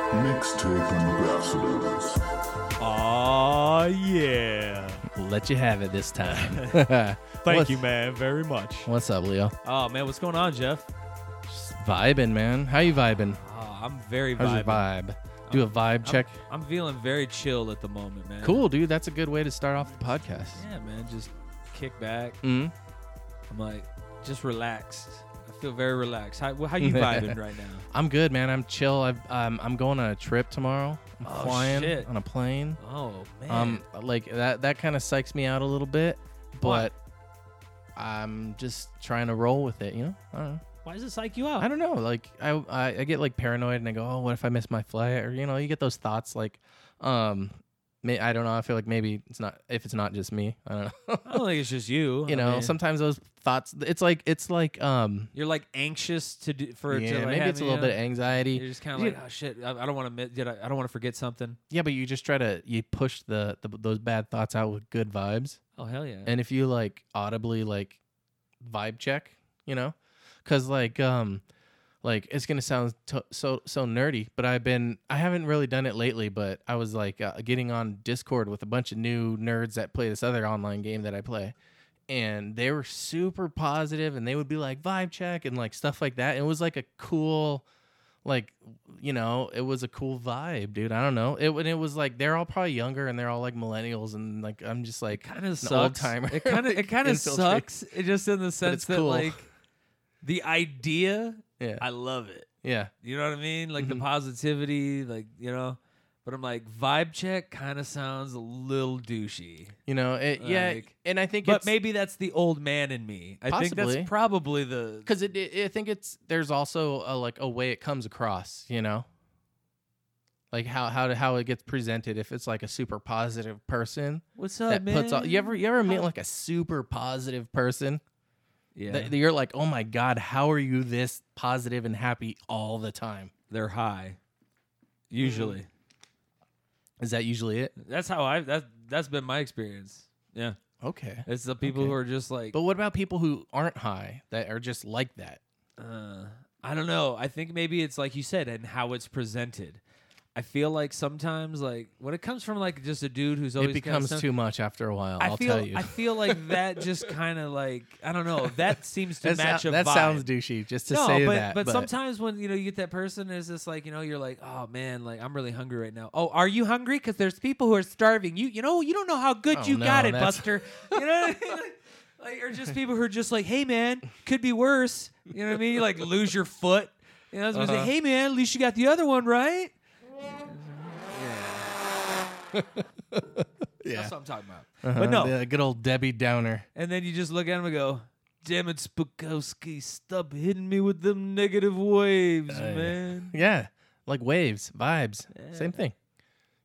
Mixtape Ambassadors. Aw, yeah. Let you have it this time. Thank What's- you, man, very much. What's up, Leo? Oh, man, what's going on, Jeff? Just vibing, man. How you vibing? Oh, I'm very How's your vibing. vibe? Do a vibe I'm- check. I'm, feeling very chilled at the moment, man. Cool, dude. That's a good way to start off the podcast. Yeah, man, just kick back. Mm. I'm like, just relaxed. I feel very relaxed. How, how you vibing right now? I'm good, man. I'm chill. I've, I'm I'm going on a trip tomorrow. I'm Oh, flying shit. on a plane. Oh, man. Um, like that that kind of psychs me out a little bit, Why? but I'm just trying to roll with it. You know, I don't know. Why does it psych you out? I don't know. Like I, I I get like paranoid and I go, oh, what if I miss my flight? Or you know, you get those thoughts. Like, um, may, I don't know. I feel like maybe it's not if it's not just me. I don't know. I don't think it's just you. you I know, mean, sometimes those thoughts. It's like it's like um. you're like anxious to do for it to, Yeah, like, maybe have- it's a little you bit know, of anxiety. You're just kind of You- like, oh shit, I, I don't want to admit, did I, I don't want to forget something. Yeah, but you just try to you push the, the those bad thoughts out with good vibes. Oh hell yeah. and if you like audibly like vibe check you know because like um like it's gonna sound to so so nerdy but i've been i haven't really done it lately but i was like uh, getting on discord with a bunch of new nerds that play this other online game that i play and they were super positive and they would be like vibe check and like stuff like that it was like a cool like you know it was a cool vibe dude i don't know it and it was like they're all probably younger and they're all like millennials and like i'm just like kind of an old sucks. timer, It kind of like, it kind of infiltrate. sucks. It just in the sense it's that cool. like the idea, yeah I love it. yeah You know what I mean? Like the Mhm. positivity, like you know. But I'm like vibe check kind of sounds a little douchey. You know, it, yeah, Like- and I think But it's maybe that's the old man in me. I think Possibly. that's probably the because it, it, I think it's there's also a, like a way it comes across, you know, like how how how it gets presented. If it's like a super positive person what's up, Oh, that man? puts all, you ever you ever meet How- like a super positive person yeah, that you're like, oh my god, how are you this positive and happy all the time? they're Mm. high. Usually, Is that usually it? that's how I that that's been my experience. Yeah, Okay, it's the people Okay. who are just like but what about people who aren't high that are just like that? uh, I don't know. I think maybe it's like you said, and how it's presented. I feel like sometimes, like when it comes from like just a dude who's always It kinda becomes stoned- too much after a while. I will feel, tell you. I feel like that just kind of like I don't know. That seems to That sou- match a that vibe. sounds douchey just to no, say but, that. but sometimes when you know you get that person, is just like you know you're like, oh man, like I'm really hungry right now. Oh, are you hungry? Because there's people who are starving. You you know you don't know how good Oh, you got no, it, that's- Buster. You know, what I mean? like or just people who are just like, hey man, could be worse. You know what I mean? You like lose your foot. You know, someone say, Uh-huh. hey man, at least you got the other one right. yeah. That's what I'm talking about. Uh-huh. But no, Uh, the good old Debbie Downer. And then you just look at him and go, damn it, Spokowski, stop hitting me with them negative waves, yeah. man. Yeah, like waves, vibes, same thing.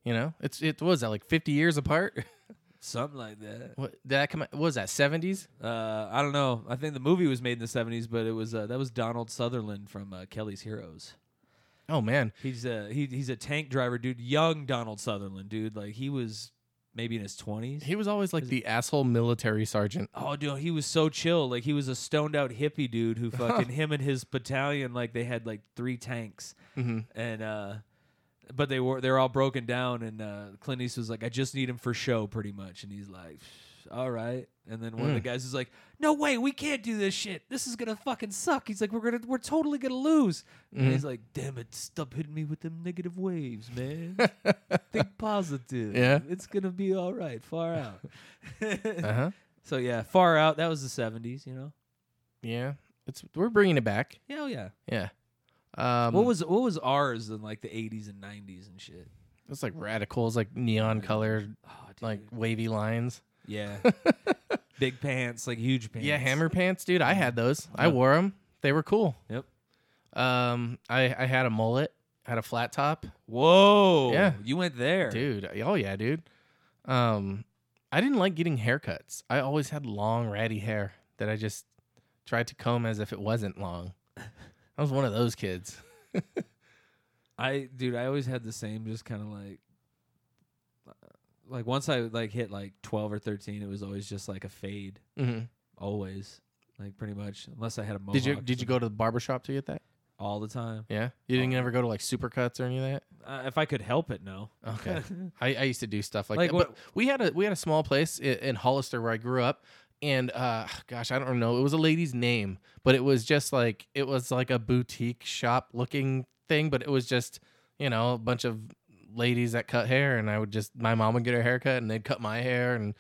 You know, it's it was that like fifty years apart. Something like that. What did that come? Out, what was that seventies? Uh, I don't know. I think the movie was made in the 70s, but it was uh, that was Donald Sutherland from uh, Kelly's Heroes. Oh man, He's a he, he's a tank driver, dude. Young Donald Sutherland, dude. Like he was maybe in his 20s. he was always like the asshole military sergeant. Oh, dude, he was so chill. Like he was a stoned out hippie dude who fucking him and his battalion, like they had like three tanks, Mhm. and uh, but they were they're all broken down, and uh, Clint Eastwood's like, I just need him for show, pretty much, and he's like, all right, and then one of the guys is like, No way, we can't do this shit. This is gonna fucking suck. He's like, We're gonna we're totally gonna lose. And he's like, Damn it, stop hitting me with them negative waves, man. Think positive. Yeah. it's gonna be all right. Far out. Uh huh. So yeah, far out. That was the seventies, you know. Yeah, it's we're bringing it back. Hell yeah. Yeah. Um, what was what was ours in like the eighties and nineties and shit? it's like radicals, like neon colored, Oh, dude. like wavy lines. yeah, big pants, like huge pants. Yeah, hammer pants, dude. I had those. I Yeah. wore them. They were cool. Yep. Um, I I had a mullet, had a flat top. Whoa. Yeah. you went there, dude oh yeah dude um i didn't like getting haircuts i always had long ratty hair that i just tried to comb as if it wasn't long i was one of those kids I dude, I always had the same, just kind of like, uh, like once I like hit like twelve or thirteen, it was always just like a fade, Mm-hmm. always, like pretty much, unless I had a mohawk. did you did you go to the barber shop to get that all the time? yeah you didn't ever go to like supercuts or any of that Uh, if I could help it, no. Okay. I, I used to do stuff like, Like that. what- But we had a we had a small place in, in Hollister where I grew up, and uh, gosh, I don't know. It was a lady's name, but it was just like it was like a boutique shop looking thing, but it was just you know a bunch of ladies that cut hair, and I would just my mom would get her hair cut, and they'd cut my hair, and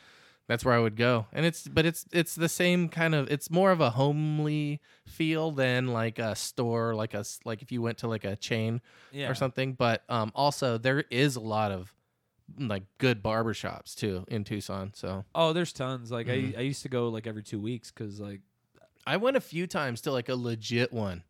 that's where I would go. And it's but it's it's the same kind of it's more of a homely feel than like a store like a s- like if you went to like a chain Yeah. or something. But um, also there is a lot of mm, like good barber shops too in Tucson. So Oh, there's tons. Like Mhm. I, I used to go like every two weeks because like I went a few times to like a legit one,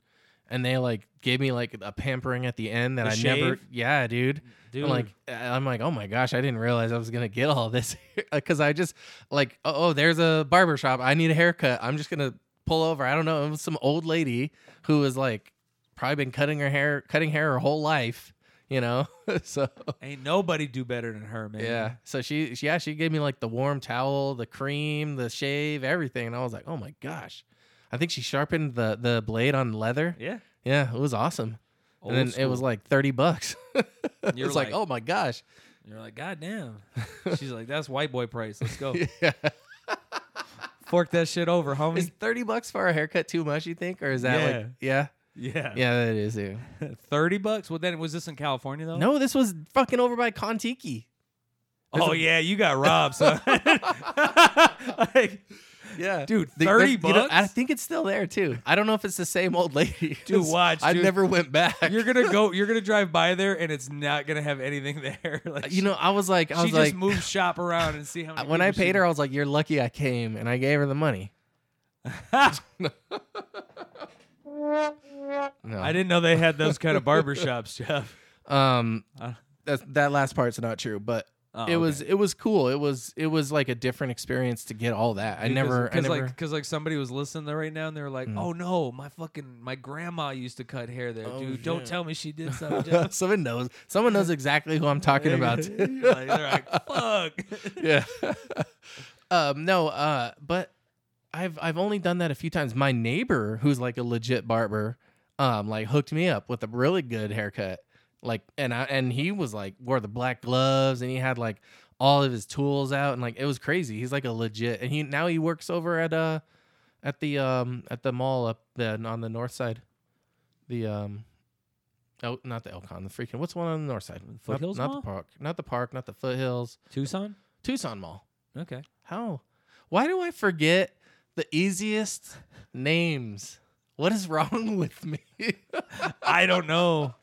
and they like gave me like a pampering at the end that The I never. shave? Yeah, dude. dude, I'm like I'm like oh my gosh, I didn't realize I was gonna get all this because I just like oh, oh there's a barber shop. I need a haircut. I'm just gonna pull over. I don't know. It was some old lady who was like probably been cutting her hair, cutting hair her whole life. You know, so ain't nobody do better than her, man. Yeah. So she, she- yeah, she gave me like the warm towel, the cream, the shave, everything, and I was like, oh my gosh. I think she sharpened the the blade on leather. yeah. Yeah, it was awesome. Old and then it was school. like thirty bucks. It's You're like, like- oh my gosh. you're like, God damn. She's like, that's white boy price. Let's go. Yeah. Fork that shit over, Is homie. thirty bucks for a haircut too much? You think, or is that like, yeah, Yeah. yeah, that is it. Thirty bucks. Well, then was this in California though? No, this was fucking over by Contiki. there's Oh a- yeah, you got robbed. son. like, Yeah, Dude, The- 30 there's- you know, I bucks? think it's still there too. I don't know if it's the same old lady. Dude, watch, I dude. never went back. you're gonna go. You're gonna drive by there, and it's not gonna have anything there. Like you know, I was like, I she was just like, moves shop around and see how. I- Many when I people she- paid her, I was like, "You're lucky I came," and I gave her the money. No, I didn't know they had those kind of barber shops, Jeff. Um, Uh, that that last part's not true, but Oh, it was okay. it was cool. It was it was like a different experience to get all that. I Dude, 'cause- never, cause I never. like, because like somebody was listening there right now, and they were like, Mm. "Oh no, my fucking my grandma used to cut hair there, Oh, dude. Don't shit. tell me she did something." Jeff. someone knows. Someone knows exactly who I'm talking about. like, they're like, "Fuck." yeah. um, no, uh, but I've I've only done that a few times. My neighbor, who's like a legit barber, um, like hooked me up with a really good haircut. Like and I and he was like wore the black gloves and he had like all of his tools out and like it was crazy. He's like a legit and he now he works over at uh at the um at the mall up then on the north side. The um Oh, not the Elcon, the freaking what's the one on the north side? Not- Foothills not Mall? the park, not the park, not the foothills. Tucson. Tucson Mall. Okay. How? Why do I forget the easiest names? What is wrong with me? I don't know.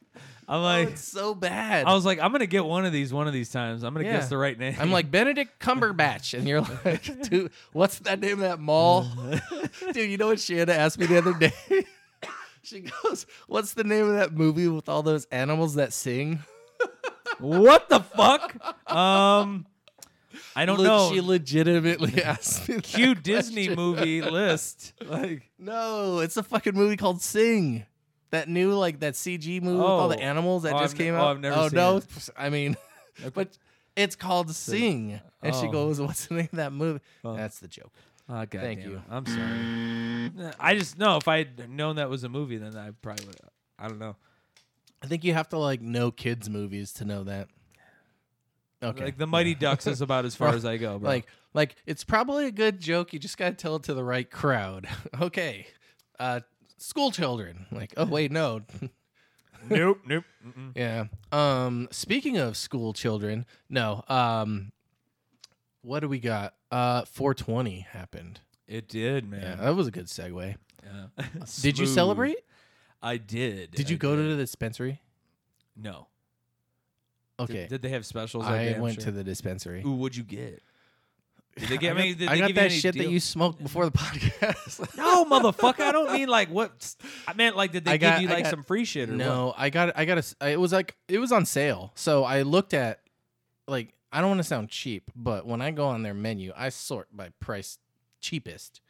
I'm Oh, like, it's so bad. I was like, I'm gonna get one of these one of these times. I'm gonna Yeah. guess the right name. I'm like Benedict Cumberbatch, and you're like, dude, what's that name of that mall? dude, you know what Shanna asked me the other day? she goes, "What's the name of that movie with all those animals that sing?" what the fuck? Um, I don't Le- know. She legitimately asked me. that Cute Disney question. movie list. Like, No, it's a fucking movie called Sing. That new like that CG movie with all the Oh. animals that Oh, just I've ne- came oh, out. I've never oh seen no, it. I mean, but it's called Sing. And she Oh. goes, "What's the name of that movie?" Oh. That's the joke. Ah, God Thank damn you. it. I'm sorry. I just know if I had known that was a movie, then I probably would. I don't know. I think you have to like know kids movies to know that. Okay. Like the Mighty Ducks is about as far as I go. Bro. Like like it's probably a good joke. You just gotta tell it to the right crowd. okay. Uh, school children. Like oh wait no. nope, nope. Mm-mm. Yeah. Um speaking of school children, no. Um what do we got? Uh 420 happened. It did, Yeah, man. that was a good segue. Yeah. Did you Smooth. celebrate? I did. Did you go to the dispensary? No. Did- Okay. Did, they have specials? that day? I I'm went sure. to the dispensary. Ooh, what'd you get? Did they give I me? got, Did I they got give you that any shit that deal- you smoked before the podcast. No, motherfucker. I don't mean like what. I meant like did they I give got- you I like got- some free shit or no, I got I got a s- I- it was like it was on sale. So I looked at like I don't want to sound cheap, but when I go on their menu, I sort by price cheapest.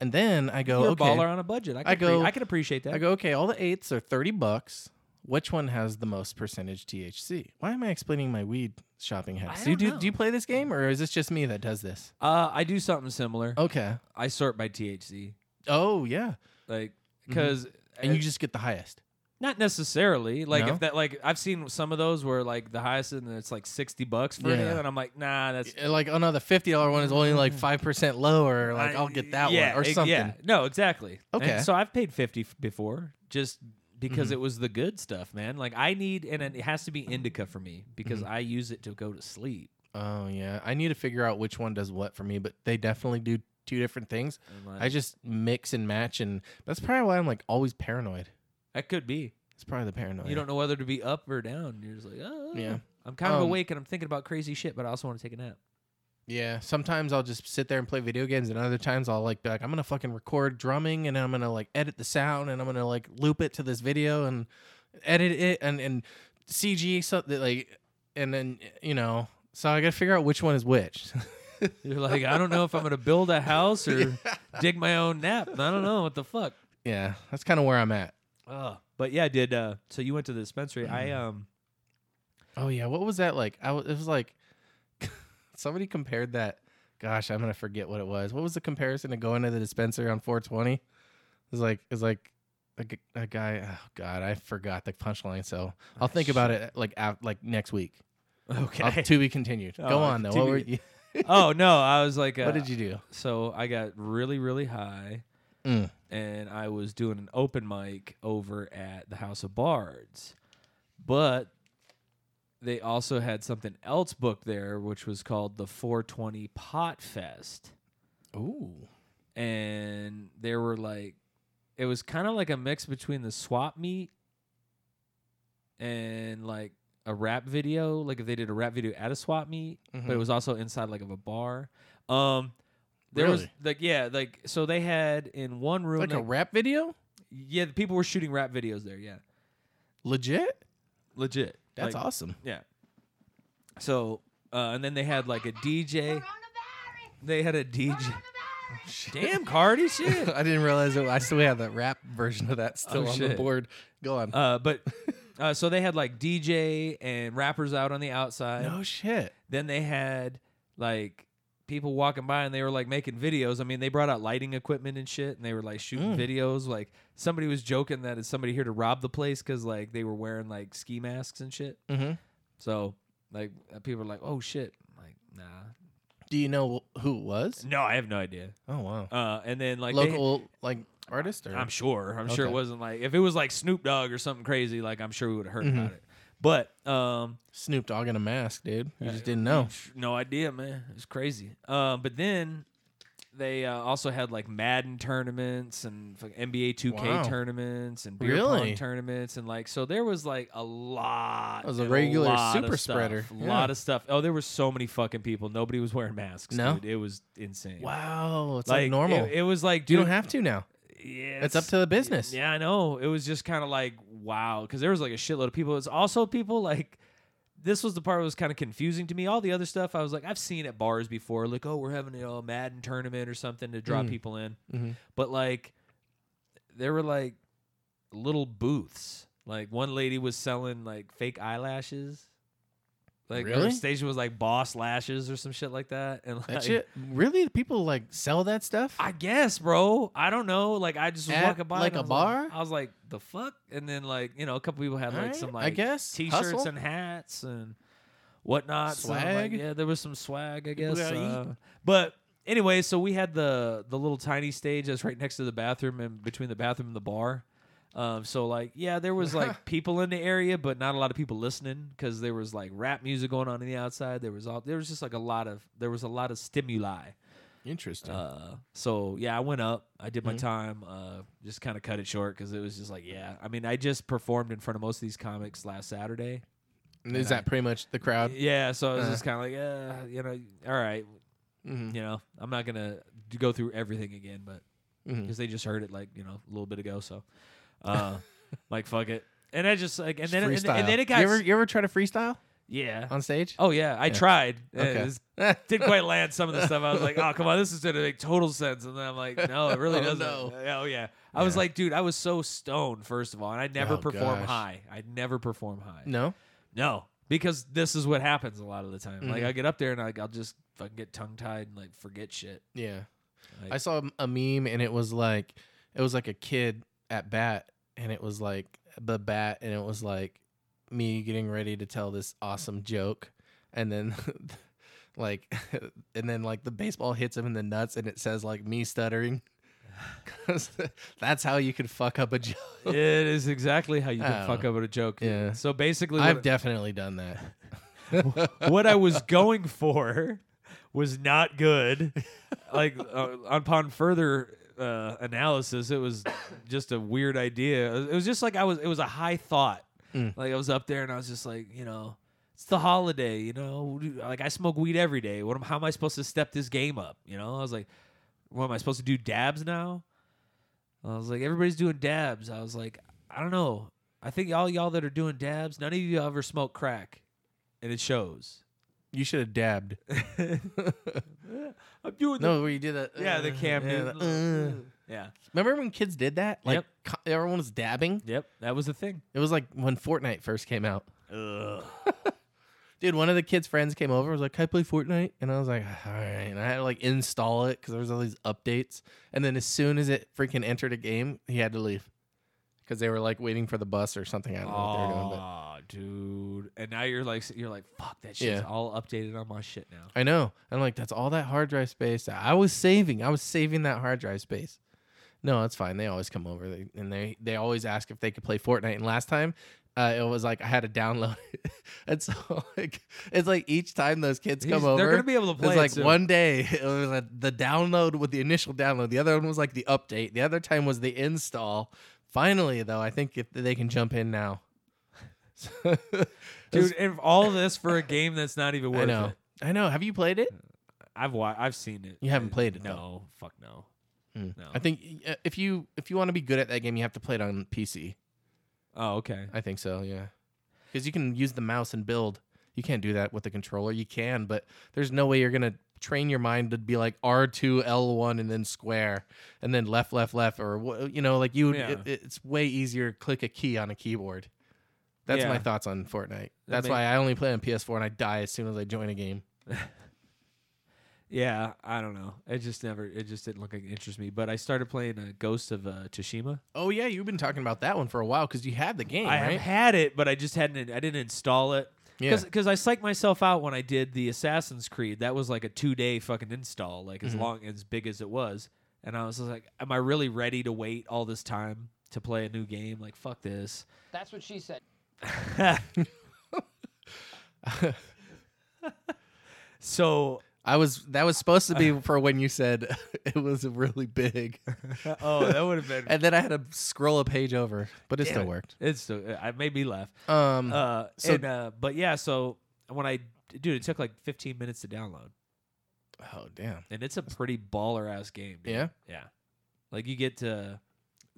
And then I What? go You're okay. a baller on a budget. I can, I appre- go- I can appreciate that. I go okay, all the eights are 30 bucks. Which one has the most percentage THC? Why am I explaining my weed shopping habits? Do you don't do, know. do you play this game or is this just me that does this? Uh, I do something similar. Okay. I sort by THC, Oh, yeah. like because Mm-hmm. And you just get the highest. Not necessarily. Like No? if that like I've seen some of those where like the highest and it's like sixty bucks for Yeah. it, and I'm like, nah, that's Mm-hmm. Uh, Like oh no, the fifty dollar one is only like five percent lower. Like I- I'll get that yeah, one or e- something. Yeah, no, exactly. And Okay. Mm-hmm. so I've paid fifty f- before just because it was the good stuff, man. Like I need, and it has to be indica for me because Mm-hmm. I use it to go to sleep. Oh yeah, I need to figure out which one does what for me, but they definitely do two different things. And, like, I just mix and match, and that's probably why I'm like always paranoid. that could be. It's probably the paranoia. You don't know whether to be up or down. You're just like, oh, Oh, Yeah. I'm kind of Um, awake and I'm thinking about crazy shit, but I also want to take a nap. Yeah, sometimes I'll just sit there and play video games, and other times I'll like be like, I'm gonna fucking record drumming, and I'm gonna like edit the sound, and I'm gonna like loop it to this video, and edit it, and and CG something like, and then you know, so I gotta figure out which one is which. You're like, I don't know if I'm gonna build a house or dig my own nap. I don't know what the fuck. yeah, that's kind of where I'm at. Ugh. But yeah, I did uh, so you went to the dispensary? I um, Oh yeah, what was that like? I was, it was like somebody compared that. Gosh, I'm gonna forget what it was. What was the comparison to going to the dispensary on 420? It was like it was like a, g- a guy. Oh god, I forgot the punchline. So I'll think about it like af- like next week. I'll, okay. to be continued. Go Oh, on though. What, were continue. you, oh no, I was like, uh, what did you do? So I got really really high, Mm. and I was doing an open mic over at the House of Bards, but they also had something else booked there, which was called the 420 Pot Fest. Ooh. and there were like it was kind of like a mix between the swap meet and like a rap video like if they did a rap video at a swap meet Mm-hmm. but it was also inside like of a bar um there was Really? like yeah like so they had in one room Like a they- rap video? yeah the people were shooting rap videos there yeah Legit? legit That's Like, awesome. yeah so uh, and then they had like a DJ they had a DJ damn Cardi shit I didn't realize it. I still have the rap version of that still Oh, on the shit. board. Go on. Uh, but uh, so they had like DJ and rappers out on the outside. no shit. Then they had like people walking by and they were like making videos. I mean, they brought out lighting equipment and shit, and they were like shooting videos. Like somebody was joking that is somebody here to rob the place because like they were wearing like ski masks and shit. Mm-hmm. So like uh, people were like, "Oh shit!" I'm like, nah, Do you know wh- who it was? no, I have no idea. Oh wow, Uh, and then like they- local like artist or I'm sure. I'm sure it Okay. wasn't like if it was like Snoop Dogg or something crazy. Like I'm sure we would have heard Mhm. about it. But um, Snoop Dogg in a mask, dude. You just Uh, didn't know. psh, No idea, man. It's crazy. Uh, but then they uh, also had like Madden tournaments and fuck- NBA 2K Wow. tournaments and beer Really? pong tournaments and like so there was like a lot. That was a and regular lot of super stuff, spreader. A Yeah. lot of stuff. Oh, there were so many fucking people. Nobody was wearing masks. No? dude. it was insane. Wow, it's like like, normal. It, it was like you dude, don't have to now. yeah, It's up to the business. Yeah, I know. It was just kind of like wow, because there was like a shitload of people. It was also people like this was the part that was kind of confusing to me. All the other stuff I was like, I've seen at bars before, like oh, we're having you know, a Madden tournament or something to draw Mm. people in, Mhm. but like there were like little booths. Like one lady was selling like fake eyelashes. Like her Really? station was like boss lashes or some shit like that. And like, That shit really people like sell that stuff. I guess, bro. I don't know. Like I just was At, walking by, like, and I a was bar? I was like, the fuck. And then like you know, a couple people had like Alright, some like I guess t-shirts Hustle. and hats and whatnot. So I'm like, Swag? yeah, there was some swag, I People guess. gotta eat. Uh, but anyway, so we had the the little tiny stage that's right next to the bathroom and between the bathroom and the bar. Um, so like yeah, there was like people in the area, but not a lot of people listening because there was like rap music going on in the outside. There was all there was just like a lot of there was a lot of stimuli. Interesting. Uh, so yeah, I went up. I did my Mm-hmm. time. Uh, just kind of cut it short because it was just like, yeah. I mean, I just performed in front of most of these comics last Saturday. Is that pretty much the crowd? Yeah, so I was Uh. just kind of like, yeah, you know, all right, Mhm. you know, I'm not gonna d- go through everything again, but Mhm. because they just heard it like you know a little bit ago, so uh, like fuck it. And I just like, and Just then and, then- and freestyle. then it got, You ever, s- you ever try to freestyle yeah. on stage? Oh yeah, I tried. Uh, Okay. it's- didn't quite land some of the stuff. I was like, oh come on, this is gonna make total sense. And then I'm like, no, it really Oh, doesn't. no. Oh yeah. I was Yeah. like, dude, I was so stoned, first of all, and I never Oh, perform gosh. high. I never perform high. no. No. Because this is what happens a lot of the time. Like Mhm. I get up there and like I'll just fucking get tongue tied and like forget shit. Yeah. Like- I saw a meme and it was like it was like a kid at bat and it was like the bat and it was like me getting ready to tell this awesome joke and then like and then like the baseball hits him in the nuts and it says like me stuttering 'Cause that's how you can fuck up a joke it is exactly how you can Oh. fuck up a joke. Yeah. So basically, i've what- definitely done that what I was going for was not good. Like uh, upon further uh, analysis, it was just a weird idea. It was just like I was. It was a high thought. Like I was up there and I was just like, you know, it's the holiday. You know, like I smoke weed every day. What am? How am I supposed to step this game up? You know, I was like, what am I supposed to do? Dabs now? I was like, everybody's doing dabs. I was like, I don't know. I think all y'all that are doing dabs, none of you ever smoke crack, and it shows. you should have dabbed I'm doing no where you did that the, yeah, the uh, Cam yeah, Newton. the, uh. yeah. remember when kids did that like Yep. co- everyone was dabbing Yep. That was the thing. It was like when Fortnite first came out. Dude, one of the kids' friends came over. Was like, "Can I play Fortnite?" And I was like, "All right." And I had to like install it because there was all these updates. And then as soon as it freaking entered a game, he had to leave because they were like waiting for the bus or something. I don't know what they were doing, but Oh, dude. And now you're like you're like, fuck that shit's Yeah. all updated on my shit now. I know. I'm like, that's all that hard drive space. I was saving. I was saving that hard drive space. No, it's fine. They always come over they, and they they always ask if they could play Fortnite. And last time, uh, it was like I had to download it, and so like it's like each time those kids come He's- over, They're gonna be able to play It's it like soon. one day it was like the download with the initial download. The other one was like the update. The other time was the install. Finally, though, I think if they can jump in now. dude. And all this for a game that's not even worth I know. it. I know. Have you played it? I've wa- I've seen it. You haven't played it, No, though. fuck no. Mm. No. I think uh, if you if you want to be good at that game, you have to play it on PC. Oh, okay. I think so. Yeah, because you can use the mouse and build. You can't do that with the controller. You can, but there's no way you're gonna train your mind to be like R two L one and then square and then left left left or wha- you know like you. would Yeah. It, it's way easier to click a key on a keyboard. That's Yeah. my thoughts on Fortnite. That's ma- why I only play on PS4 and I die as soon as I join a game. Yeah, I don't know. It just never. It just didn't look like it interests me. But I started playing uh, Ghost of uh, Tsushima. Oh yeah, you've been talking about that one for a while because you had the game, I right? have had it, but I just hadn't. I didn't install it. Yeah. Because I psyched myself out when I did the Assassin's Creed. That was like a two day fucking install, like Mm-hmm. as long as big as it was. And I was just like, am I really ready to wait all this time to play a new game? Like, fuck this. That's what she said. So, I was that was supposed to be for when you said it was really big, oh, that would have been. and then I had to scroll a page over, but it Damn still it. worked. It's still, it made me laugh. Um, Uh, so- and, uh, but yeah, so when I, dude, it took like 15 minutes to download. oh damn, And it's a pretty baller ass game. Dude. Yeah? Yeah. Like, you get to.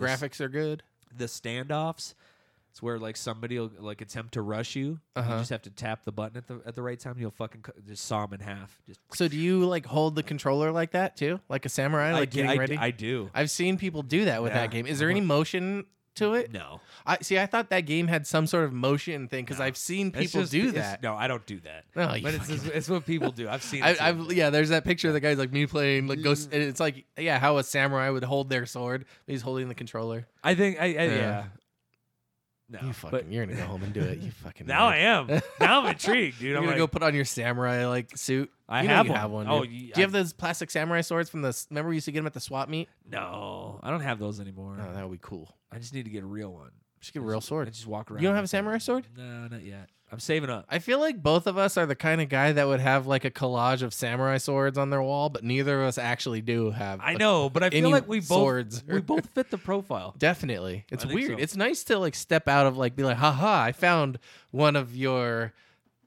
graphics are good. the standoffs. It's where like somebody will like attempt to rush you. You Uh-huh. just have to tap the button at the at the right time. You'll fucking cu- just saw him in half. Just So do you like hold the controller like that too, like a samurai, like I, do- getting I, do- ready? I do. have seen people do that with Yeah. Uh-huh. that game. Is there any motion to it? no, I see. I thought that game had some sort of motion thing because No. I've seen It's people just- do it's- that. No, I don't do that. No, you but it's, it's, it's what people do. I've seen. I, it I've yeah. There's that picture of the guy's like me playing like Mm. ghost, and it's like yeah, how a samurai would hold their sword. But he's holding the controller. I think. I, I yeah. Yeah. No, You fucking, but you're gonna go home and do it. You fucking. now I nerd. am. Now I'm intrigued, dude. You're I'm gonna like, go put on your samurai like suit. I you know have you one. have one. Oh, dude. ye- do you have I- those plastic samurai swords from the? s- Remember we used to get them at the swap meet? no, I don't have those anymore. Oh, that would be cool. I just need to get a real one. Just get a real I sword. just walk around. You don't have a with them. samurai sword? No, not yet. I'm saving up. I feel like both of us are the kind of guy that would have like a collage of samurai swords on their wall, but neither of us actually do have. I a- know, but I feel any like we both swords we or- both fit the profile. Definitely, it's think weird. so. It's nice to like step out of like be like, haha, I found one of your.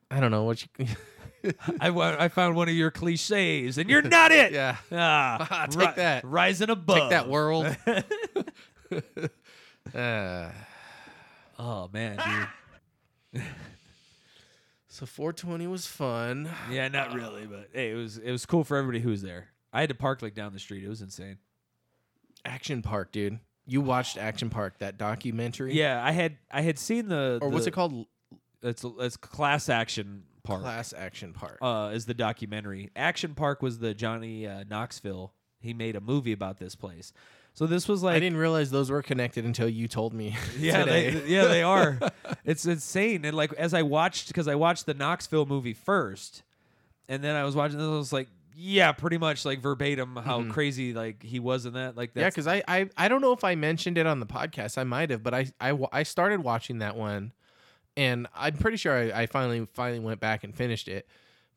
I don't know what you. I, wa- I found one of your cliches, and you're not it. yeah. Ah, Take ri- that. Rising above. Take that world. uh, Oh man, dude. so 420 was fun. yeah, not really, but hey, it was it was cool for everybody who was there. I had to park like down the street. It was insane. Action Park, dude. You watched Action Park, that documentary? Yeah, I had I had seen the Or what's the- it called? It's it's class action park. Class Action Park. uh, is the documentary. Action Park was the Johnny uh, Knoxville. He made a movie about this place. So this was like I didn't realize those were connected until you told me. yeah, today. They, yeah, they are. it's insane. And like as I watched, because I watched the Knoxville movie first, and then I was watching this, I was like, yeah, pretty much like verbatim how crazy like he was in that. Like Mm-hmm. Yeah, that's, because I, I I don't know if I mentioned it on the podcast. I might have, but I I, wa- I started watching that one, and I'm pretty sure I, I finally finally went back and finished it.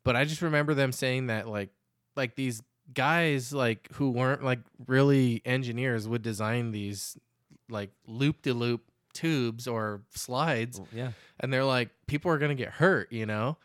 But I just remember them saying that like like these guys like who weren't like really engineers would design these like loop de loop tubes or slides yeah. and they're like people are gonna get hurt you know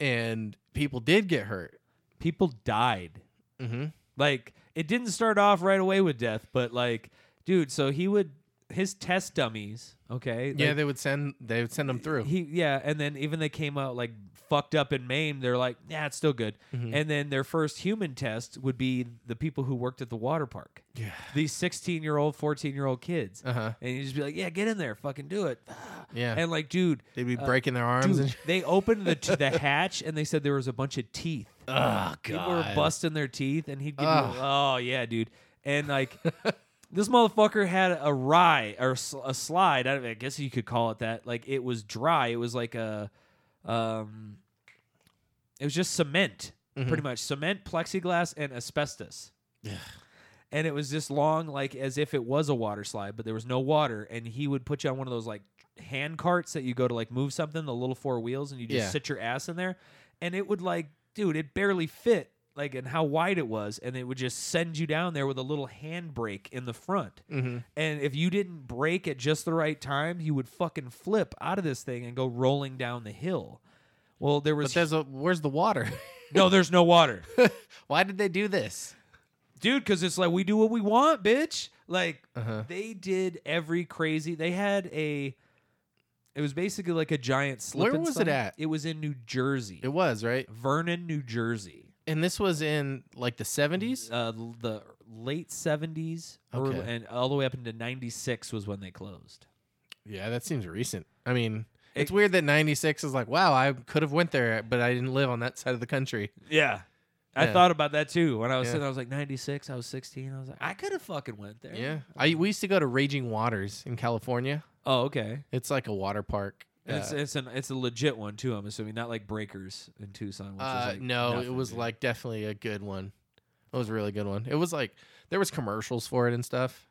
and people did get hurt People died. mm-hmm. Like it didn't start off right away with death, but like, dude, so he would his test dummies, okay? yeah like, they would send they would send them through he yeah, and then even they came out like fucked up and maimed, they're like, yeah, it's still good. Mm-hmm. And then their first human test would be the people who worked at the water park. Yeah. These sixteen year old, fourteen year old kids. uh-huh And you just be like, Yeah, get in there, fucking do it. yeah And like, dude, They'd be breaking their arms. dude and they opened the t- the hatch and they said there was a bunch of teeth. oh People were busting their teeth, and he'd give Ugh. you, oh yeah, dude, and like this motherfucker had a rye or s- a slide. I, don't- I guess you could call it that. Like it was dry. It was like a, um, it was just cement, pretty Mm-hmm. much cement, plexiglass, and asbestos. And it was this long, like as if it was a water slide, but there was no water. And he would put you on one of those like hand carts that you go to like move something, the little four wheels, and you just Yeah. sit your ass in there. And it would like, dude, it barely fit, like, and how wide it was. And it would just send you down there with a little handbrake in the front. mm-hmm. And if you didn't brake at just the right time, you would fucking flip out of this thing and go rolling down the hill. Well, there But was there's a where's the water? no, there's no water. Why did they do this? dude because it's like we do what we want bitch like Uh-huh. they did every crazy they had a it was basically like a giant slip Where and was it slide. at? it was in new jersey It was right, vernon new jersey and this was in like the 70s. uh, l- the late 70s early- Okay. and all the way up into 96 was when they closed Yeah, that seems recent. I mean, it's It- weird that 96 is like, wow, I could have went there, but I didn't live on that side of the country. yeah I Yeah. thought about that too when I was Yeah. sitting. I was like 96. I was 16. I was like, I could have fucking went there. Yeah, I we used to go to Raging Waters in California. Oh, okay. It's like a water park. And It's Uh, it's an it's a legit one too. I'm assuming not like Breakers in Tucson. Which uh, is like no, it nothing, was dude. like definitely a good one. It was a really good one. It was like there was commercials for it and stuff.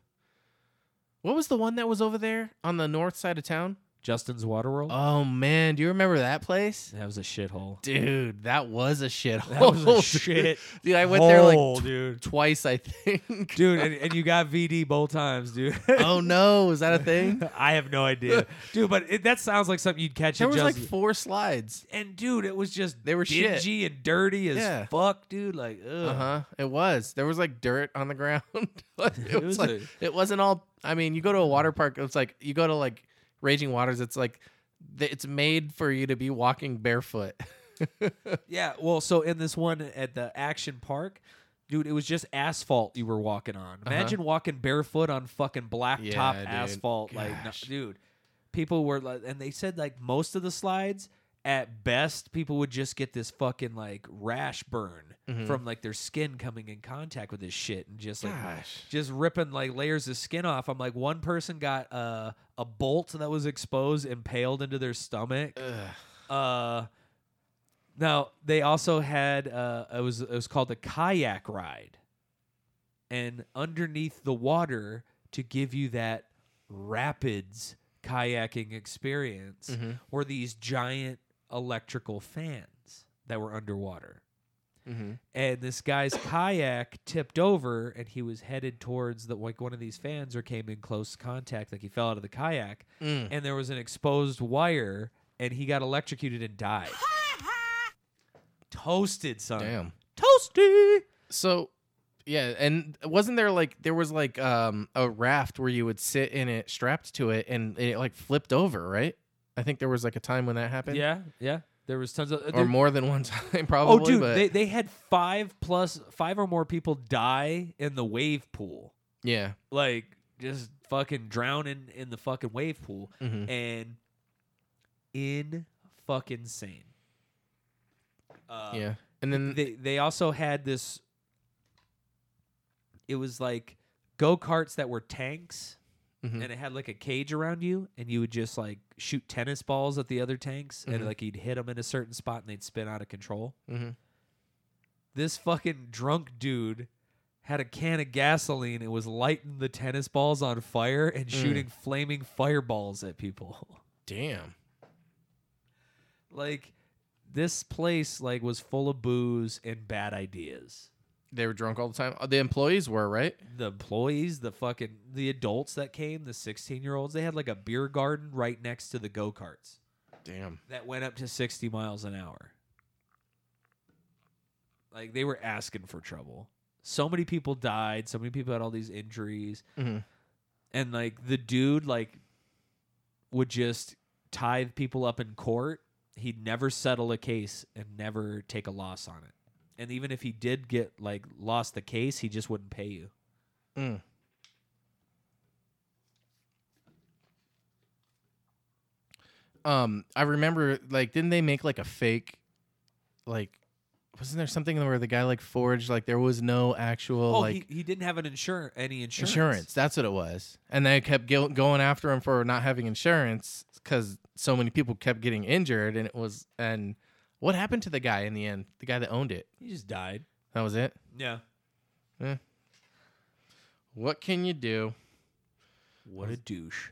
What was the one that was over there on the north side of town? Justin's Waterworld. Oh man, do you remember that place? that was a shithole. Dude, that was a shithole. That was a dude. shit. Dude, I went there hole, like tw- dude. twice, I think. Dude, and, and you got VD both times, dude. oh no, is that a thing? I have no idea, dude. But it, that sounds like something you'd catch. There in was like Justin- four slides. and dude, it was just They were shit. dingy and dirty as Yeah. fuck, dude. Like, ugh. Uh huh. It was. There was like dirt on the ground. it, was was like, a- it wasn't all. I mean, you go to a water park. It's like you go to like Raging Waters. It's like th- it's made for you to be walking barefoot. yeah. Well, so in this one at the Action Park. Dude, it was just asphalt you were walking on. Imagine walking barefoot on fucking blacktop Uh-huh. Yeah, dude. asphalt. Like, no- Gosh. dude, people were like, and they said like most of the slides, at best, people would just get this fucking like rash burn Hmm. from like their skin coming in contact with this shit and just like Gosh. just ripping like layers of skin off. I'm like, one person got uh, a bolt that was exposed impaled into their stomach. Uh, now they also had uh, it was it was called a kayak ride, and underneath the water to give you that rapids kayaking experience Mm-hmm. were these giant electrical fans that were underwater and this guy's kayak tipped over and he was headed towards the like one of these fans or came in close contact like he fell out of the kayak Mm. and there was an exposed wire and he got electrocuted and died toasted son Damn. toasty So, yeah, and wasn't there like there was like um a raft where you would sit in it, strapped to it, and it like flipped over, right? I think there was like a time when that happened. yeah yeah there was tons of Or there- more than one time, probably. oh dude but they, they had five plus five or more people die in the wave pool yeah, like just fucking drowning in the fucking wave pool Mhm. and in fucking sane. Uh, yeah. And then They they also had this. It was like go karts that were tanks Mhm. and it had like a cage around you and you would just like shoot tennis balls at the other tanks and Mhm. like you'd hit them in a certain spot and they'd spin out of control. Mm-hmm. This fucking drunk dude had a can of gasoline and was lighting the tennis balls on fire and Mm. shooting flaming fireballs at people. Damn. like this place like was full of booze and bad ideas. They were drunk all the time. Uh, The employees were, right? the employees, the fucking the adults that came, the 16 year olds, they had like a beer garden right next to the go karts Damn. that went up to 60 miles an hour. Like they were asking for trouble. So many people died. So many people had all these injuries, Mm-hmm. and like the dude like would just tie people up in court. He'd never settle a case and never take a loss on it. And even if he did get like lost the case, he just wouldn't pay you. Mm. Um, I remember like didn't they make like a fake like wasn't there something where the guy like forged like there was no actual Oh, like he, he didn't have an insur any insurance. insurance. That's what it was. And they kept go- going after him for not having insurance because so many people kept getting injured. And it was, and what happened to the guy in the end? The guy that owned it. He just died. That was it. Yeah. What can you do? What a douche.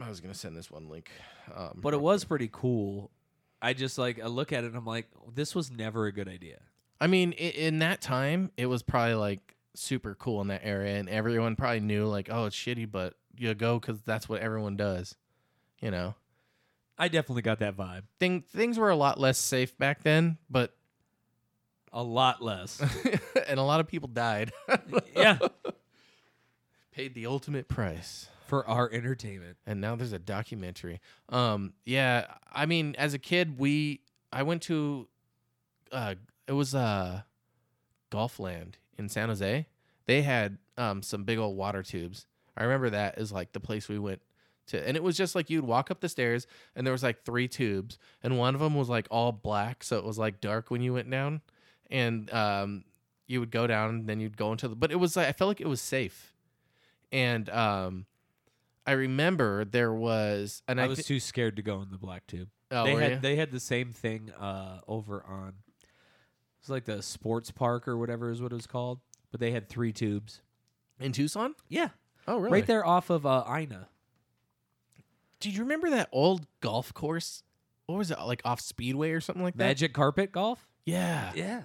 I was gonna send this one link, um, But it was pretty cool. I just like I look at it and I'm like, this was never a good idea. I mean, i in that time, it was probably like super cool in that area, and everyone probably knew like, oh, it's shitty, but you go because that's what everyone does, you know. I definitely got that vibe. Thing things were a lot less safe back then, but A lot less. and a lot of people died. yeah. paid the ultimate price For our entertainment. and now there's a documentary um yeah i mean as a kid we i went to uh it was uh golf land in san jose they had um some big old water tubes i remember that is like the place we went to and it was just like you'd walk up the stairs and there was like three tubes and one of them was like all black so it was like dark when you went down and um you would go down and then you'd go into the but it was like i felt like it was safe and um i remember there was and i, I was thi- too scared to go in the black tube. oh, they were had ya? they had the same thing uh, over on it's like the sports park or whatever is what it was called. But they had three tubes. in tucson Yeah. oh really Right there off of uh, Ina. do you remember that old golf course what was it like off speedway or something like that Magic carpet golf? yeah Yeah.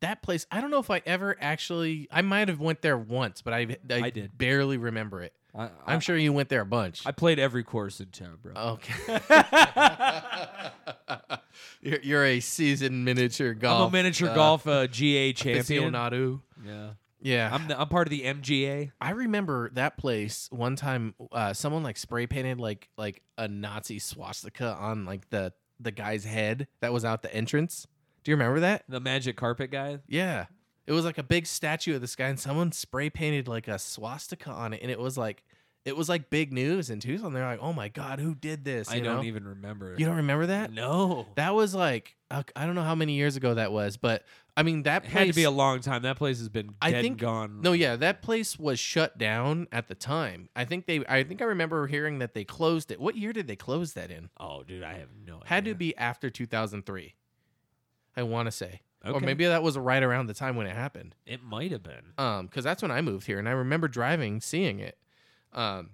that place i don't know if i ever actually i might have went there once but i i, I did. barely remember it I, I, i'm sure you went there a bunch I played every course in town, bro. Oh, okay you're, you're a seasoned miniature golf I'm a miniature uh, golf uh, GA champion. aficionado. Yeah, yeah I'm the, I'm part of the MGA. I remember that place one time. Uh, someone like spray painted like like a Nazi swastika on like the the guy's head that was out the entrance. Do you remember that? The magic carpet guy. Yeah, it was like a big statue of this guy, and someone spray painted like a swastika on it, and it was like it was like big news in Tucson. They're like, "Oh my god, who did this?" I You know? don't even remember. You don't remember that? No, That was like uh, I don't know how many years ago that was, but I mean that it place had to be a long time. That place has been I dead think- and gone. No, yeah, that place was shut down at the time. I think they I think I remember hearing that they closed it. What year did they close that in? Oh, dude, I have no. Had idea. to be after 2003. I want to say. Or Okay. maybe that was right around the time when it happened. it might have been. Um cuz that's when I moved here and I remember driving seeing it. Um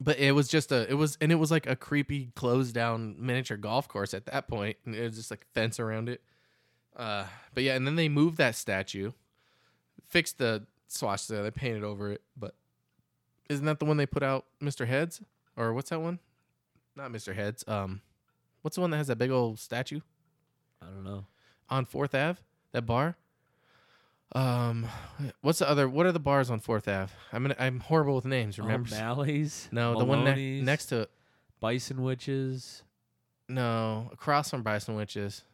but it was just a it was and it was like a creepy closed down miniature golf course at that point and it was just like fence around it. Uh but yeah, and then they moved that statue fixed the swastika. They painted over it, but isn't that the one they put out, Mr. Heads? Or what's that one? Not Mr. Heads. Um, what's the one that has that big old statue I don't know. on Fourth Ave? That bar. Um, what's the other? What are the bars on Fourth Ave? I'm gonna, I'm horrible with names. Remember? O'Malley's? no, the one ne- Oh, Maloney's, next to Bison Witches. no across from Bison Witches.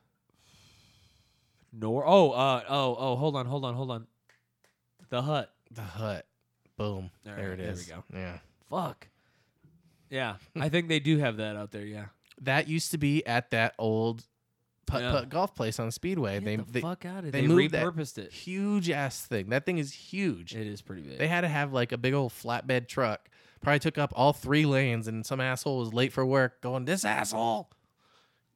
Nor oh uh oh oh hold on hold on hold on. The hut. The Hut. Boom. All there right, it there we is. go. Yeah. Fuck. Yeah, I think they do have that out there. Yeah. That used to be at that old putt Yeah. putt golf place on Speedway. Get they the they fuck out of they They moved that repurposed it. huge ass thing. That thing is huge. It is pretty big. They had to have like a big old flatbed truck. Probably took up all three lanes, and some asshole was late for work. Going, this asshole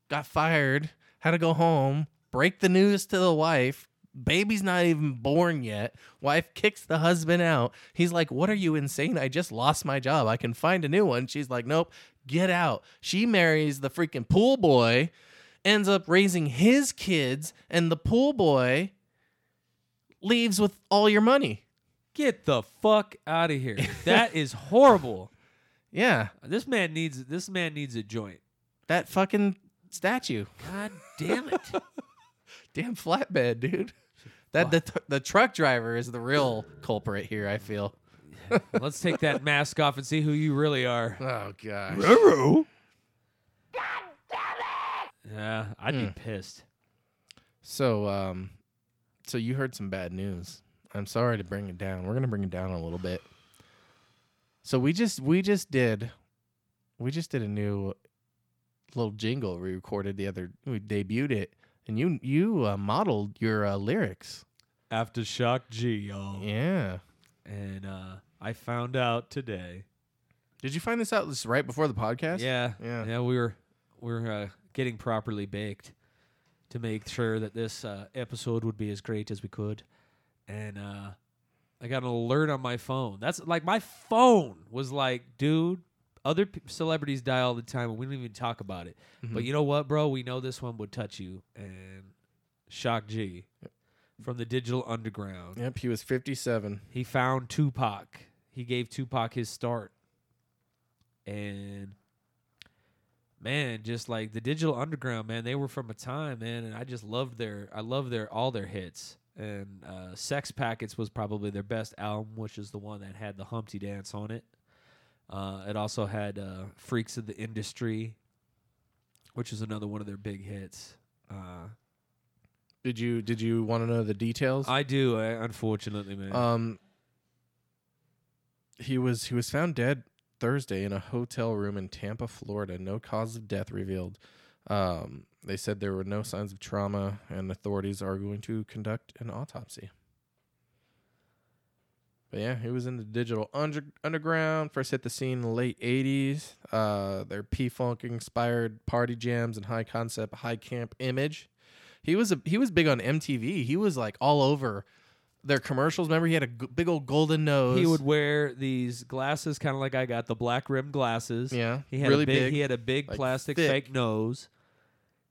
got fired. Had to go home. Break the news to the wife. Baby's not even born yet. Wife kicks the husband out. He's like, "What are you insane? I just lost my job. I can find a new one." She's like, "Nope, get out." She marries the freaking pool boy, ends up raising his kids, and the pool boy leaves with all your money. Get the fuck out of here. That is horrible. Yeah. This man needs this man needs a joint. that fucking statue. God damn it. Damn flatbed, dude. That the, tr- the truck driver is the real culprit here, I feel. Let's take that mask off and see who you really are. Oh gosh. Yeah, I'd Hmm. be pissed. So um so you heard some bad news. I'm sorry to bring it down. We're going to bring it down a little bit. So we just we just did we just did a new little jingle we recorded the other we debuted it and you you uh, modeled your uh, lyrics. Aftershock G, Oh. y'all. Yeah. And uh, I found out today. Did you find this out this right before the podcast? Yeah, Yeah. we were we were uh, getting properly baked to make sure that this uh, episode would be as great as we could, and uh, I got an alert on my phone. That's like my phone was like, dude. Other p- celebrities die all the time, and we don't even talk about it. Mm-hmm. But you know what, bro? We know this one would touch you. And Shock G from the Digital Underground. Yep, he was 57. he found Tupac. He gave Tupac his start. And man, just like the digital underground, man, they were from a time, man, and I just loved their I love their all their hits. And uh, Sex Packets was probably their best album, which is the one that had the Humpty Dance on it. Uh, it also had uh, Freaks of the Industry, which is another one of their big hits. Uh, Did you did you want to know the details? I do, uh, unfortunately, man. um He was he was found dead Thursday in a hotel room in Tampa, Florida. No cause of death revealed. Um they said there were no signs of trauma and authorities are going to conduct an autopsy. But yeah, he was in the digital under, underground. First hit the scene in the late 80s. Uh, their P Funk inspired party jams and high concept, high camp image. He was a, he was big on MTV. He was like all over their commercials. Remember, he had a g- big old golden nose. He would wear these glasses, kind of like I got the black rim glasses. Yeah, he had really a big, big, He had a big like, plastic thick. fake nose.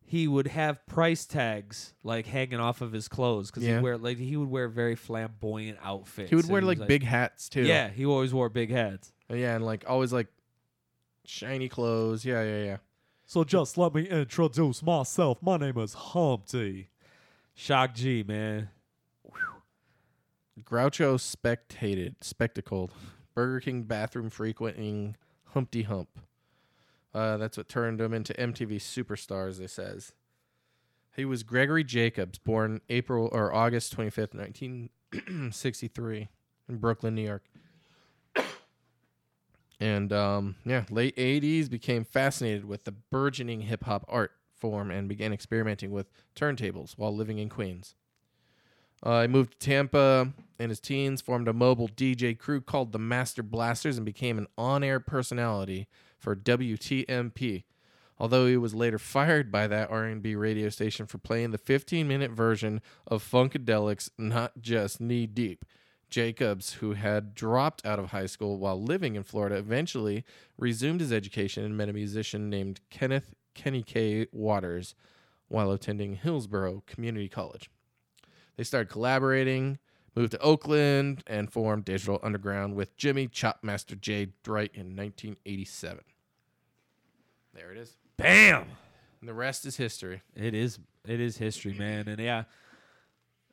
He would have price tags like hanging off of his clothes because Yeah. he wear like he would wear very flamboyant outfits. he would and wear was like, big hats too. Yeah, he always wore big hats. yeah, and like always like shiny clothes. Yeah, yeah, yeah. So just let me introduce myself. My name is Humpty. Shock G, man. Groucho spectated, spectacled, Burger King bathroom frequenting Humpty Hump. Uh, that's what turned him into MTV superstars. They says he was Gregory Jacobs, born April or August twenty fifth, nineteen sixty three, in Brooklyn, New York. And um, yeah, late eighties became fascinated with the burgeoning hip hop art form and began experimenting with turntables while living in Queens. Uh, he moved to Tampa in his teens, formed a mobile DJ crew called the Master Blasters, and became an on air personality for WTMP. Although he was later fired by that R&B radio station for playing the 15-minute version of Funkadelic's "Not Just Knee Deep," Jacobs, who had dropped out of high school while living in Florida, eventually resumed his education and met a musician named Kenneth Kenny K. Waters while attending Hillsborough Community College. They started collaborating, moved to Oakland, and formed Digital Underground with Jimmy Chopmaster J. Dwight in 1987. There it is. Bam. And the rest is history. It is it is history, man. And yeah.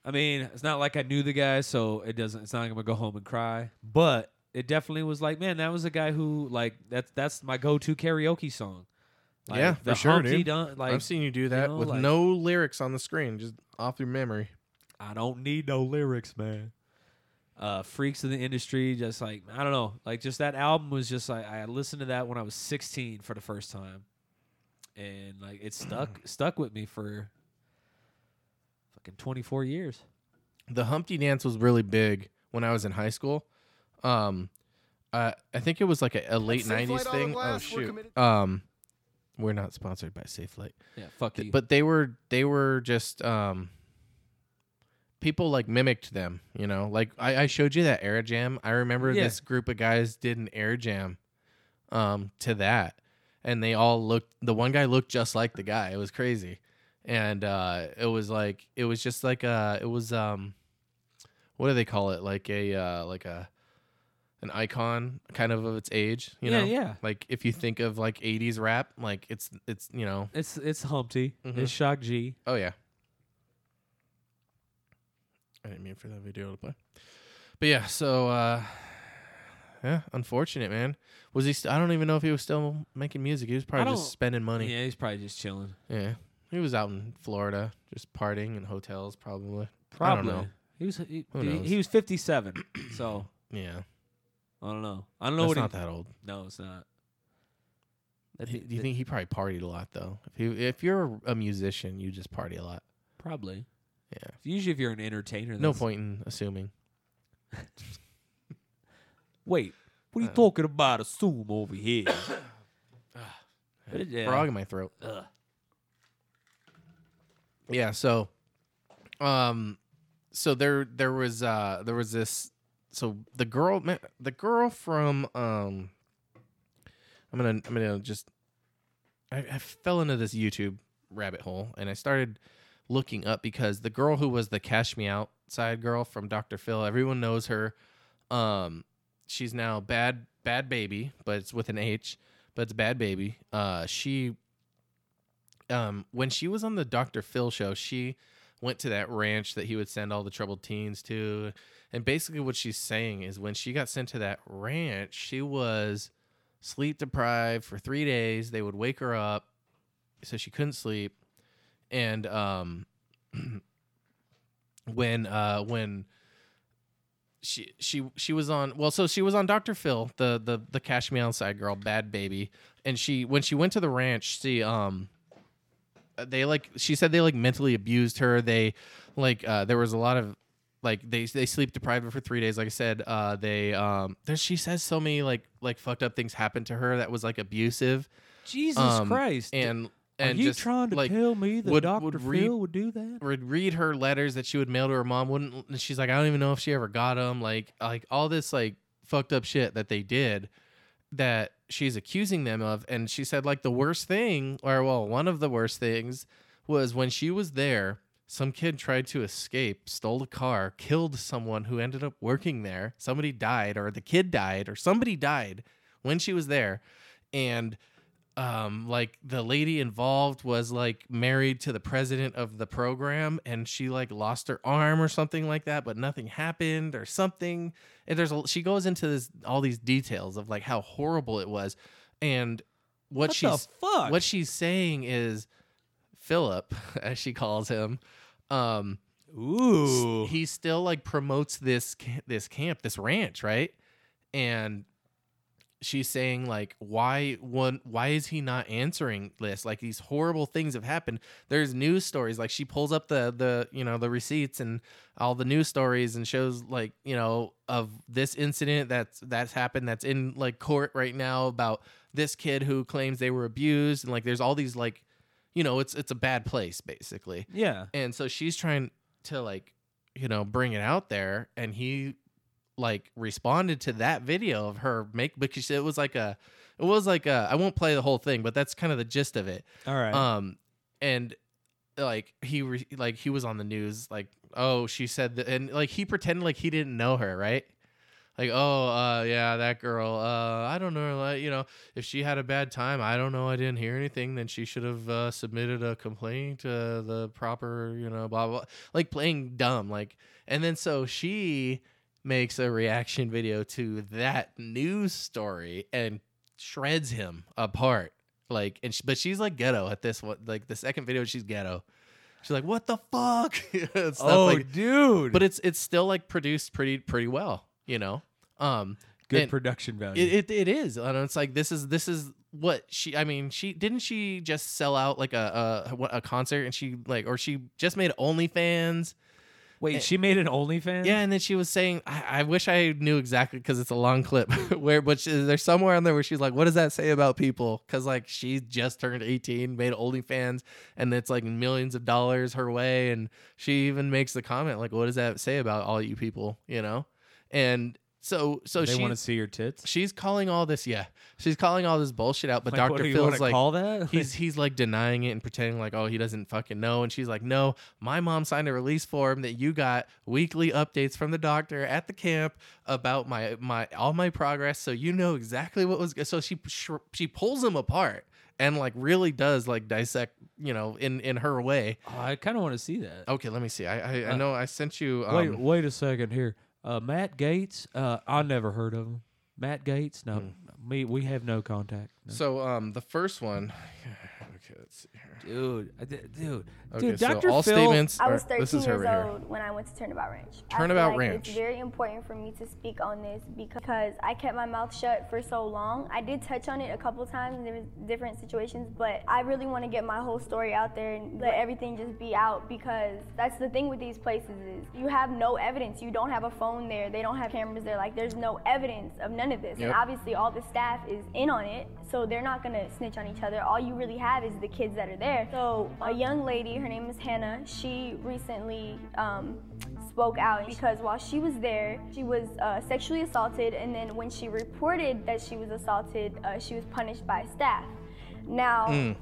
I mean, it's not like I knew the guy, so it doesn't it's not like I'm gonna go home and cry. But it definitely was like, man, that was a guy who like that's that's my go to karaoke song. Like, Yeah, the for sure, Humpty dude. Dun- like I've seen you do that know, with like- no lyrics on the screen, just off your memory. I don't need Need no lyrics, man. uh freaks of the industry, just like I don't know. Like just that album was just like I listened to that when I was sixteen for the first time. And like it stuck stuck with me for Fucking 24 years. the Humpty Dance was really big when I was in high school. Um, I I think it was like a, a late Safe Flight '90s thing. Auto oh Glass, we're shoot. committed- um, we're not sponsored by Safe Light, Yeah, fuck you. but they were they were just um. People like mimicked them, you know. Like I, I showed you that air jam. I remember Yeah. this group of guys did an air jam, um, to that, and they all looked. The one guy looked just like the guy. It was crazy, and uh, it was like it was just like uh, it was um, what do they call it? Like a uh, like a an icon kind of of its age, you Yeah, know? yeah. Like if you think of like 80s rap, like it's it's you know, it's it's Humpty. Mhm. It's Shock G. oh yeah. I didn't mean for that video to play. But yeah, so uh yeah, unfortunate, man. Was he st- I don't even know if he was still making music. He was probably don't- just spending money. Yeah, he's probably just chilling. yeah. He was out in Florida just partying in hotels probably. I don't Probably. know. He was he, Who he- knows? he was 57. so Yeah. I don't know. I don't know That's what not he, that old. No, it's not. That'd Do be- you that- think he probably partied a lot though? If you if you're a musician, you just party a lot. probably? Yeah. Usually, if you're an entertainer, No that's- point in assuming. Wait, what are you Uh, talking about? Assume over here. But it- yeah. Frog in my throat. Ugh. Yeah, so um so there there was uh there was this so the girl ma- the girl from um I'm gonna I'm gonna just I, I fell into this YouTube rabbit hole and I started looking up because the girl who was the Cash Me Outside girl from Dr. Phil, everyone knows her. Um she's now bad bad baby, but it's with an H, but it's bad baby. Uh she um when she was on the Dr. Phil show, she went to that ranch that he would send all the troubled teens to. And basically what she's saying is when she got sent to that ranch, she was sleep deprived for 3 days. They would wake her up so she couldn't sleep. And um when uh when she she she was on well so she was on Dr. Phil, the the the Cash Me Outside girl, bad baby. And she when she went to the ranch, she um they like she said they like mentally abused her they like uh there was a lot of like they they sleep deprived her for three days like i said uh they um there she says so many like like fucked up things happened to her that was like abusive Jesus um, Christ! and are and you just, trying to like, tell me that would- Doctor would read- Phil would do that? would read her letters that she would mail to her mom wouldn't and she's like i don't even know if she ever got them like like all this like fucked up shit that they did that she's accusing them of and she said like the worst thing or well one of the worst things was when she was there some kid tried to escape stole a car killed someone who ended up working there somebody died or the kid died or somebody died when she was there and um like the lady involved was like married to the president of the program and she like lost her arm or something like that but nothing happened or something and there's a, she goes into this all these details of like how horrible it was and what, What the she's fuck? what she's saying is Philip as she calls him um Ooh, he still like promotes this ca- this camp, this ranch, right? And she's saying like, why one? Why is he not answering this? Like these horrible things have happened. There's news stories. Like she pulls up the the you know the receipts and all the news stories and shows like you know of this incident that's that's happened that's in like court right now about this kid who claims they were abused and like there's all these like you know it's it's a bad place basically yeah. and so she's trying to like, you know, bring it out there and he like responded to that video of her make because it was like a it was like a I won't play the whole thing, but that's kind of the gist of it. All right. Um, and like he re- like he was on the news like oh she said that and like he pretended like he didn't know her right like oh uh yeah that girl uh I don't know like you know if she had a bad time I don't know I didn't hear anything then she should have uh, submitted a complaint to the proper you know blah blah like playing dumb like and then so she makes a reaction video to that news story and shreds him apart like and she, but she's like ghetto at this one like the second video she's ghetto she's like what the fuck And stuff oh, like- dude. but it's it's still like produced pretty pretty well you know um Good And production value. It, it it is, and it's like this is this is what she. I mean, she didn't she just sell out like a a, what, a concert, and she like or she just made OnlyFans. Wait, it- she made an OnlyFans? Yeah, and then she was saying, I, I wish I knew exactly because it's a long clip. where but she, there's somewhere on there where she's like, what does that say about people? Because like she just turned 18, made OnlyFans, and it's like millions of dollars her way, and she even makes the comment like, what does that say about all you people? You know, and so so they she want to see your tits. she's calling all this yeah she's calling all this bullshit out but Like, what dr do you phil's wanna like call that? he's he's like denying it and pretending like oh he doesn't fucking know and she's like no my mom signed a release form that you got weekly updates from the doctor at the camp about my my all my progress so you know exactly what was so she sh- she pulls him apart and like really does like dissect you know in in her way Oh, I kind of want to see that. okay let me see i i, I Uh, know i sent you um, wait, wait a second here. Uh, Matt Gates. Uh, I never heard of him. Matt Gates. No, me. We have no contact. No. Hmm. so um the first one okay let's see here Dude, I di- dude, Okay, dude. so Dr. all Phil. statements. I are- was 13 this is her years right here. old when I went to Turnabout Ranch. I feel Turnabout like Ranch. It's very important for me to speak on this because I kept my mouth shut for so long. I did touch on it a couple times in different- different situations, but I really want to get my whole story out there and let everything just be out because that's the thing with these places is you have no evidence. You don't have a phone there. They don't have cameras there. Like there's no evidence of none of this. Yep. And obviously all the staff is in on it, so they're not gonna snitch on each other. All you really have is the kids that are there. So a young lady, her name is Hannah. She recently um, spoke out because while she was there, she was uh, sexually assaulted, and then when she reported that she was assaulted, uh, she was punished by staff. Now.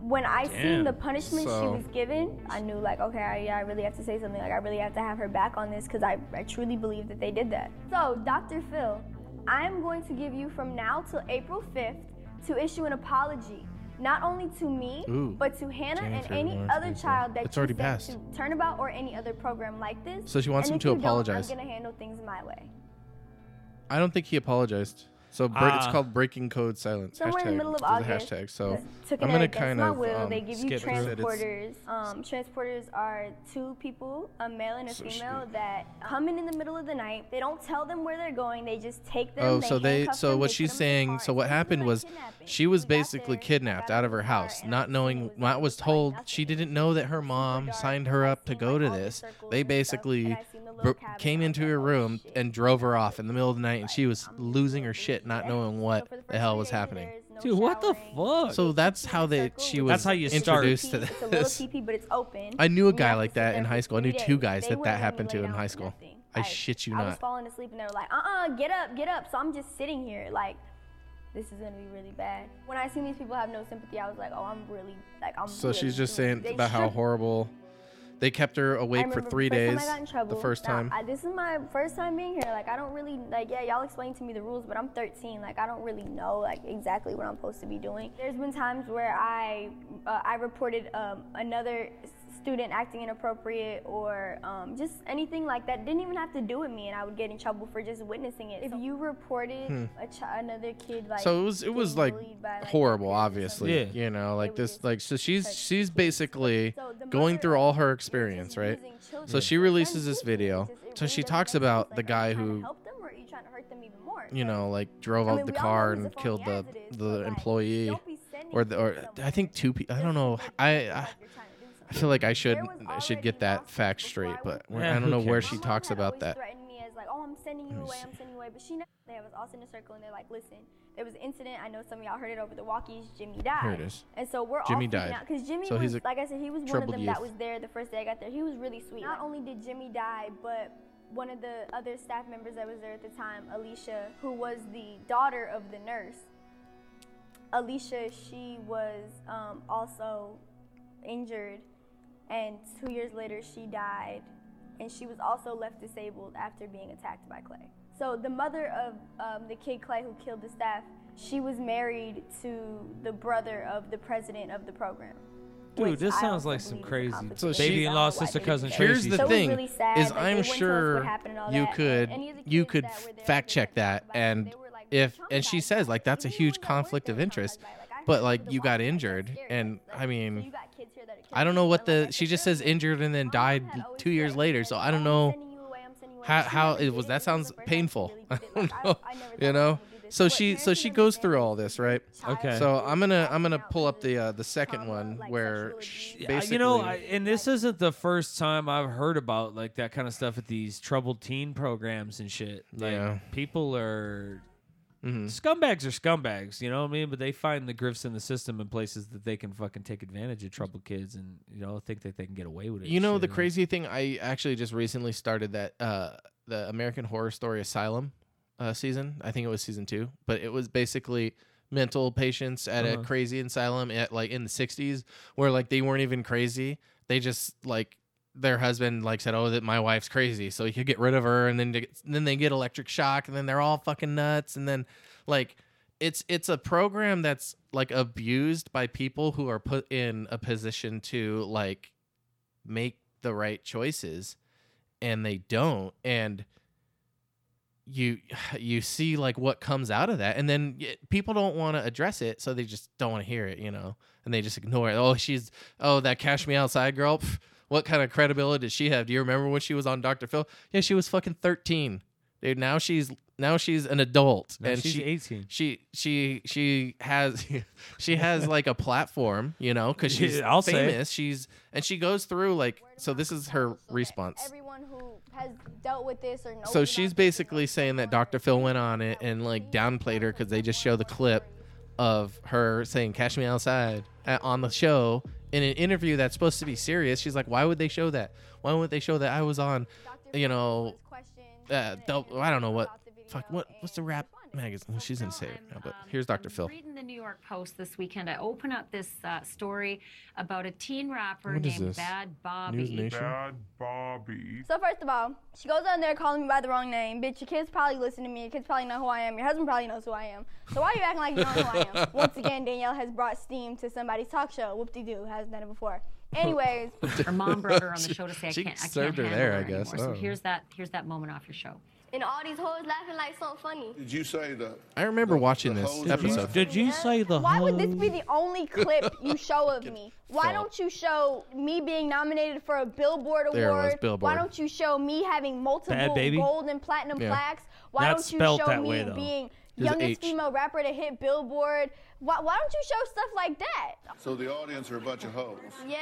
When I Damn. seen the punishment she Hmm. So- was given, I knew like, okay, I, yeah, I really have to say something. Like, I really have to have her back on this because I, I truly believe that they did that. So, Dr. Phil, I'm going to give you from now till April 5th to issue an apology, not only to me, Ooh. but to Hannah January, and any February, March, other April. child that It's you already sent passed. to Turnabout or any other program like this. So she wants and him if to you don't, apologize. I'm going to handle things my way. I don't think he apologized. So bre- it's Ah. called breaking code silence. Somewhere in the middle of There's a August, Hashtag. So took I'm an gonna egg against kind my of will. um, they give you skip through it. It's- transporters. Um, transporters are two people, a male and a So female, stupid. that come in in the middle of the night. They don't tell them where they're going. They just take them. Oh, so they handcuff so them, what they put she's them in a saying, car. so what It's really happened like was kidnapping. she was We got basically there, kidnapped got out of in her the car, house, and not I knowing was what was like told. nothing. She didn't know that her Super mom dark. signed her I up to seen, go like, to all the this. circles They and stuff, and basically I seen bro- the little cabin. came I was into like, her "Oh, room shit." and drove her off in the middle of the night, and she was I'm gonna losing go her through shit, not that. knowing So what for the first hell three was days, happening. there's no Dude, what the showering. fuck? So that's how they circle she with was a That's how you little start. introduced to teepee. It's a little this. teepee, but it's open. I knew a And you guy have to like sit that there in for high school. I three knew two days. guys They that wouldn't that let me happened lay to in down high for school. nothing. I Like, shit you I was not. falling asleep and they were like, uh-uh, get up, get up. So I'm just sitting here like, this is gonna be really bad. When I seen these people have no sympathy, I was like, oh, I'm really like I'm. So she's really just doing- saying they about how shook horrible they kept her I awake for remember three the first time I days. got in trouble. The first Now, time. I, this is my first time being here. Like I don't really like. Yeah, y'all explained to me the rules, but I'm 13. Like I don't really know like exactly what I'm supposed to be doing. There's been times where I uh, I reported um, another student acting inappropriate or um, just anything like that didn't even have to do with me, and I would get in trouble for just witnessing it. If you reported a chi- another kid like Hmm. so it was it was getting like bullied by, like, their horrible, peers or obviously. Yeah. You know, like would this, just like so she's touch she's kids. basically So the going mother they're all her just experience, right? using children So as she their releases friends. this It's just- video. it So really she doesn't talks make sense. about Like, the are you guy trying to who, help them or are you trying to hurt them even more? you Like, know, like drove I out mean, the we all know car who's a and phony killed the as it is, but, the like, employee don't be sending or the kids or somewhere I think two people. I don't know. I I, I feel like I should I should get that fact straight, but we're- Yeah, I don't who know where cares? she talks about that. Threatened me as like, oh, I'm sending you Let me away, see. I'm sending you away. But she, never, they was all in a circle, and they're like, listen, there was an incident. I know some of y'all heard it over the walkies. Jimmy died. Here it is. And so we're Jimmy all died. because Jimmy So he's was, a like I said, he was one of troubled them youth. that was there the first day I got there. He was really sweet. Not only did Jimmy die, but one of the other staff members that was there at the time, Alicia, who was the daughter of the nurse. Alicia, she was um, also injured, and two years later she died, and she was also left disabled after being attacked by Clay. So the mother of um, the kid Clay who killed the staff, she was married to the brother of the president of the program. Dude, which this I sounds also like some believe is crazy complicated. So I she- don't know Baby-in-law, why sister, they did cousin, that. Tracy. Here's the So it was thing, really sad is that they I'm wouldn't tell us what sure happened and all you that. could- And any of the you kids could that were there, fact they check weren't that, traumatized by it. and They were, like, if- traumatized and she by it. says, like, that's a Even the huge ones that weren't conflict there of were interest. traumatized by it. Like, I heard But, through like, the you got walkie-talkie, injured, that's scary. and, Like, I so you mean, got kids here that are I don't know killed, what and, like, the I she said just says earlier, injured and then my mom died had always two years said, later. like, So "Oh, I don't I'm know. sending you away, I'm sending you when How- she how- really it was- did that it, sounds the first time she painful. really I did it, don't know. like, I never You thought I know? would do this. So What she so parenting she as a goes through family all this, right? child Okay. is So really I'm gonna I'm gonna acting out pull up the really uh, the second trauma, one like where sexual sh- abuse. Yeah, basically you know, I, and this isn't the first time I've heard about like that kind of stuff at these troubled teen programs and shit. Like Yeah. people are Mhm. scumbags are scumbags, you know what I mean? But they find the grifts in the system in places that they can fucking take advantage of troubled kids and you know think that they can get away with it. you and know shit. the And- crazy thing I actually just recently started that uh the American Horror Story Asylum uh season. I think it was season 2, but it was basically mental patients at Uh-huh. a crazy asylum at like in the 60s where like they weren't even crazy. They just like their husband like said, "Oh, that my wife's crazy," so he could get rid of her, and then they get- then they get electric shock, and then they're all fucking nuts, and then like it's it's a program that's like abused by people who are put in a position to like make the right choices, and they don't, and you you see like what comes out of that, and then y- people don't want to address it, so they just don't want to hear it, you know, and they just ignore it. Oh, she's oh that cash me outside girl. Pff, what kind of credibility does she have? Do you remember when she was on Dr. Phil? Yeah, she was fucking 13. Dude, now she's now she's an adult No, and she's she 18. she she she has she has like a platform, you know, cuz she's Yeah, I'll say it. famous. She's and she goes through like so this is her so that response. Everyone who has dealt with this or knows So about she's this or basically knows saying that someone Dr. Phil went knows on it about and what like she downplayed her knows cuz they about just what show the works clip for you. of her saying "Cash Me Outside" at, on the show in an interview that's supposed to be serious. She's like, "Why would they show that? Why would they show that I was on, Dr. you Phil know, was questioned uh, in an the, I don't know what, about the video fuck, what, what's the and rap responded. magazine? Well, she's gonna say it right now, um, but here's I'm, Dr. Phil. Reading the New York Post this weekend, I open up this uh, story about a teen rapper What is named this? Bad Bobby. Bad Bobby. So first of all, she goes on there calling me by the wrong name. Bitch, your kids probably listen to me. Your kids probably know who I am. Your husband probably knows who I am. So why are you acting like you don't know who I am? Once again, Danielle has brought steam to somebody's talk show. Whoop-de-doo, hasn't done it before. Anyways, Her mom brought her on the show to say, I She- she can't, I can't served her handle there, her I guess. Oh. anymore. I So don't know. here's that, here's that moment off your show. and all these hoes laughing like so funny. Did you say that? I remember watching the this whole episode. Did you say the Why would this hoe? be the only clip you show of me? Why fell. don't you show me being nominated for a Billboard There it was, award? Billboard. Why don't you show me having multiple Baby? gold and platinum Yeah. plaques? Why Not don't you spelt show that me way, though. being There's an youngest H. female rapper to hit Billboard? Why, why don't you show stuff like that? So the audience are a bunch of hoes. Yeah.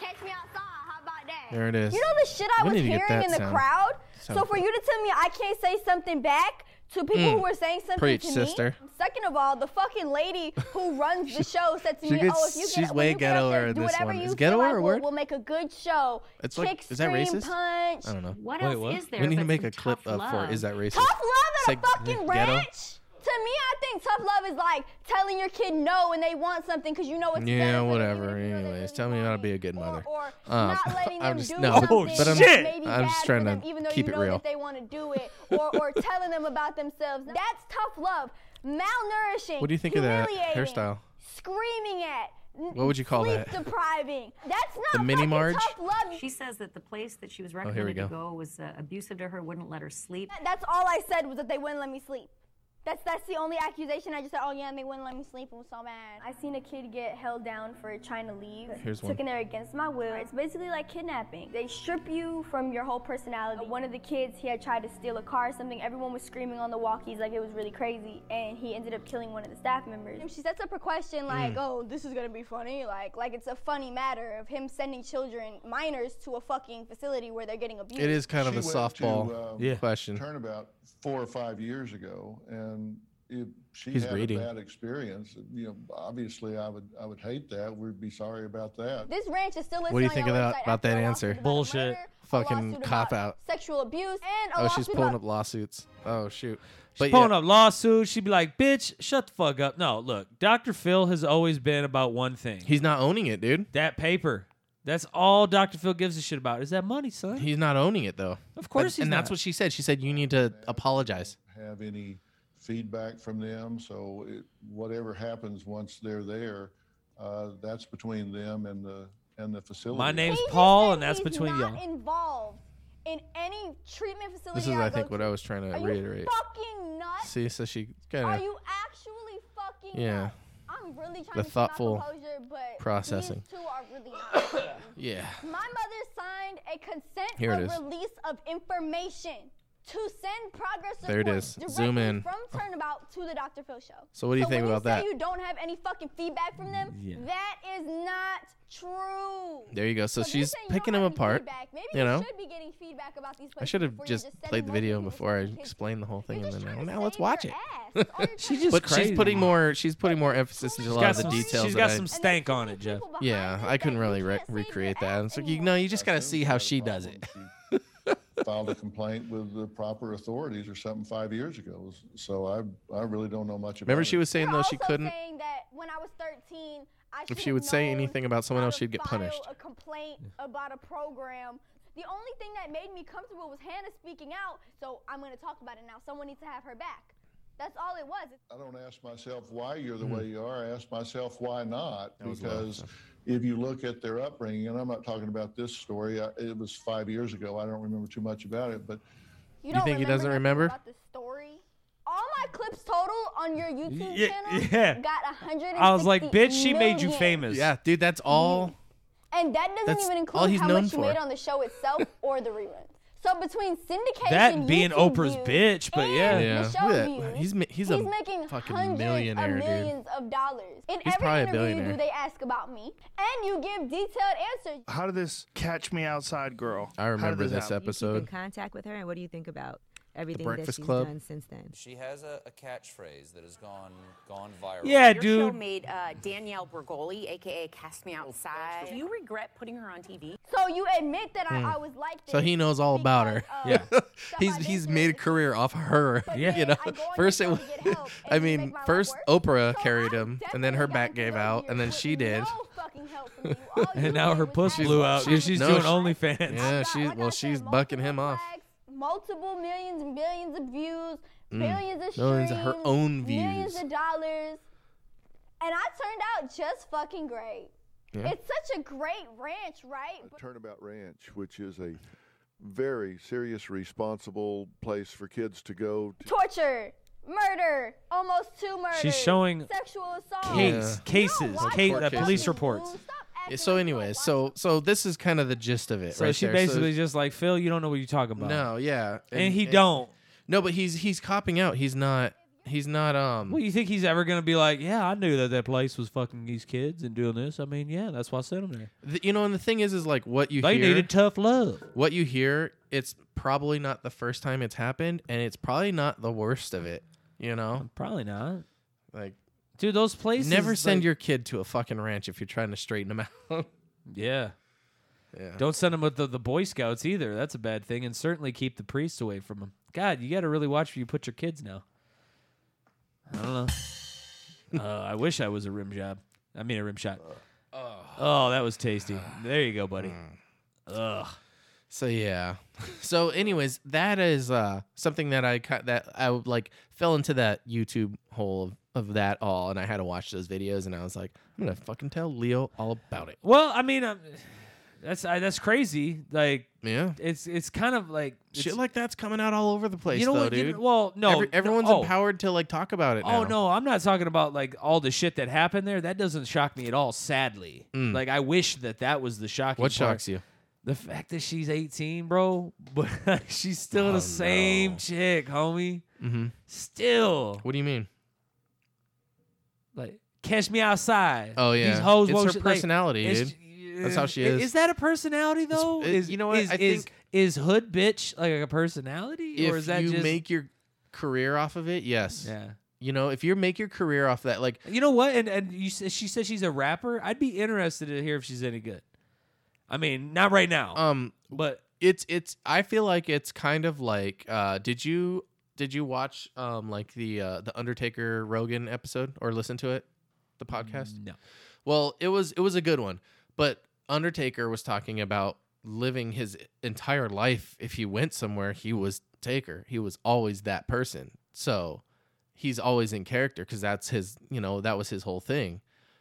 Catch me outside. How about that? There it is. You know the shit I We was need to get hearing that in the sound- crowd? sound so for effect. you to tell me I can't say something back to people who were saying something Preach, to sister. me. Second of all, the fucking lady who runs the show said to she me, gets- "Oh, if you she's get, way when you get up ghettoer there, in do this whatever one. you Is feel ghettoer like a we'll- word? We'll make a good show. It's Kick, like- is that scream, racist? punch. I don't know. What Wait, else what? is there? We need to but make some a clip tough of for love? is that racist? Tough love Say at a fucking ghetto? ranch. To me, I think tough love is like telling your kid no when they want something because you know it's Yeah, better for them, whatever. even if you know they Anyways, really tell me how to want be it. a good Or- mother. Or, Um, not letting them I'm just- do no. something Oh, that shit. may be I'm just bad for trying to them, even though keep you it know real. That they want to do it, or or telling them about themselves. That's tough love. Malnourishing. What do you think of that humiliating, hairstyle? Screaming at. What would you call sleep that? Depriving. That's not mini fucking Marge? tough love. She says that the place that she was Oh, we recommended go. to go was uh, abusive to her, wouldn't let her sleep. That's all I said was that they wouldn't let me sleep. That's that's the only accusation I just said. Oh yeah, and they wouldn't let me sleep. It was so bad. I seen a kid get held down for trying to leave. Here's one. Taken there against my will. It's basically like kidnapping. They strip you from your whole personality. One of the kids, he had tried to steal a car or something. Everyone was screaming on the walkies like it was really crazy, and he ended up killing one of the staff members. And she sets up her question Mm. like, "Oh, this is gonna be funny." Like like it's a funny matter of him sending children, minors, to a fucking facility where they're getting abused. It is kind of She a went to, softball um, Yeah. question. Turnabout four or five years ago, and if she He's had reading. a bad experience, you know, obviously I would I would hate that. We'd be sorry about that. This ranch is still listed do you on think your of that- website about after that a lawsuit answer? about a Bullshit. murder, a Fucking lawsuit cop about out. Sexual abuse and a Oh, she's lawsuit pulling about- up lawsuits. Oh shoot. She's pulling up lawsuits. She'd be like, "Bitch, shut the fuck up." No, look, Dr. Phil has always been about one thing: He's not owning it, dude. that paper. That's all Dr. Phil gives a shit about is that money, son. He's not owning it though. of course, and, he's and that's not. what she said. She said you need to apologize. Have any feedback from them? So it, whatever happens once they're there, uh, that's between them and the and the facility. My name's He just Paul, said and that's he's between not y'all. involved in any treatment facility. This is, I, I think, Oh, go what to. I was trying Are to you reiterate. fucking nuts? See, so she Are kind of you actually fucking Yeah. nuts? I'm The really trying to keep my thoughtful composure, but processing. These two are really not. yeah. My mother signed a a consent Here or it is. release of information to send progress There it reports is. Zoom directly in. Oh. from Turnabout to the Dr. Phil show. So what do you think when about you say that? You don't have any fucking feedback from them. Yeah. That is not true. There you go. So So if you're she's saying you don't picking them have any apart. feedback, Maybe you know? should be getting feedback about these I places should have before you just send them played the multiple video people before I to kick explained the whole You're thing, and then just trying now, to now let's save watch your it. ass. All you're She trying to just do But is crazy. she's putting more. She's putting more emphasis into She's a lot got of the some- details. she's that got I- some And stank there's on it, people Jeff. behind Yeah, you I that couldn't you really re- can't save your recreate ass that. It's like you anymore. know, you just gotta see how she Assume does she had a it. problem. She Filed a complaint with the proper authorities or something five years ago. So I, I really don't know much about Remember, it. she was saying You're though she also couldn't. saying that when I was 13, I If she should've would say known anything about someone how else, to she'd get file punished. A complaint about a program. The only thing that made me comfortable was Hannah speaking out, so I'm going to talk about it now. Someone needs to have her back. That's all it was. I don't ask myself why you're the way you are. I ask myself why not. Hmm. was loud, Because so. if you look at their upbringing, and I'm not talking about this story, I, it was five years ago. I don't remember too much about it, but You, You don't think he doesn't nothing remember? About the story. All my clips total on your YouTube Yeah, channel yeah. got 160 I was like, bitch, she made you million." famous. Yeah, dude, that's all. And that doesn't That's even all include he's how known much you made for. on the show itself or the reruns. So between syndication, That being YouTube Oprah's views, bitch, but and yeah. Yeah. the show Look at that. views, He's ma- he's a making fucking hundreds millionaire, dude. of millions of dollars. In He's every probably a interview you billionaire. do, they ask about me, and you give detailed answers. How did this catch me outside girl? I How did remember this happen? You keep in episode. contact with her, and what do you think about everything that Breakfast she's Club? done since then? She has a, a catchphrase that has gone gone viral. Yeah, Your show dude. made uh, Danielle Bergoli, aka Cast Me Outside. Do you regret putting her on TV? So you admit that I, I was like Hmm. this. So he knows all about her. because of Yeah. stuff he's I've been he's through. made a career off her. But Yeah. then You know, I go on first it YouTube was. to get help, I and to mean, make my life first worse. Oprah So carried I him, and then definitely her got back through gave those out, and then years she with did. no fucking help from you. All you And now did her was puss ask blew for out. help. She's No, doing she- OnlyFans. Yeah, I've got, she's- like well, I said, she's bucking him multiple off. flags, Multiple millions and billions of views, billions of Mm. Millions of her streams, own millions views. of dollars, and I turned out just fucking great. Yeah. It's such a great ranch, right? But Turnabout Ranch, which is a very serious, responsible place for kids to go. To. torture, murder, almost two murders. showing sexual assault. Case, Yeah. cases, Watch case, it, uh, Court police cases. reports. Stop acting Yeah, So, like you don't anyways, watch so so this is kind of the gist of it, So right she there. basically just like Phil, you don't know what you're talking about. no, yeah, and, he don't. No, but he's he's copping out. He's not. He's not. Um. Well, you think he's ever gonna be like, yeah, I knew that that place was fucking these kids and doing this. I mean, yeah, that's why I sent him there. th- you know, and the thing is, is like what you They hear. needed tough love. what you hear, it's probably not the first time it's happened, and it's probably not the worst of it. You know, Probably not, like dude. Those places never send like- your kid to a fucking ranch if you're trying to straighten them out. yeah. yeah. Don't send them with the, the Boy Scouts either. That's a bad thing, and certainly keep the priests away from them. God, you got to really watch where you put your kids now. I don't know. uh, I wish I was a rim job. I mean, a rim shot. Uh, Oh, that was tasty. There you go, buddy. Mm. Ugh. So yeah. So anyways, that is uh something that I cut that I would, like fell into that YouTube hole of, of that all and I had to watch those videos and I was like, I'm going to fucking tell Leo all about it. Well, I mean, um, that's I, that's crazy. Like, Yeah. it's it's kind of like Shit it's- like that's coming out all over the place you know though, what? dude. You know, well, no, Every- no, everyone's oh. empowered to like talk about it Oh now. no, I'm not talking about like all the shit that happened there. That doesn't shock me at all. Sadly, like I wish that that was the shocking. Mm. What part. shocks you? The fact that she's 18, bro, but she's still Oh, the same no. chick, homie. Mhm. Still, What do you mean? like, catch me outside. Oh, yeah. these hoes. It's won't her sh- like, personality, it's- That's how she i- is. Is that a personality though? it- Is you know what? is- I is- think- is hood bitch like a personality, If or is that you just make your career off of it, yes. yeah? You know, if you make your career off that like You know what? And and you said she said she's a rapper. I'd be interested to hear if she's any good. I mean, not right now, um but it's it's i feel like it's kind of like uh did you did you watch um like the uh the undertaker rogan episode or listen to it the podcast no. well it was it was a good one but undertaker was talking about living his entire life if he went somewhere he was taker he was always that person so he's always in character because that's his you know that was his whole thing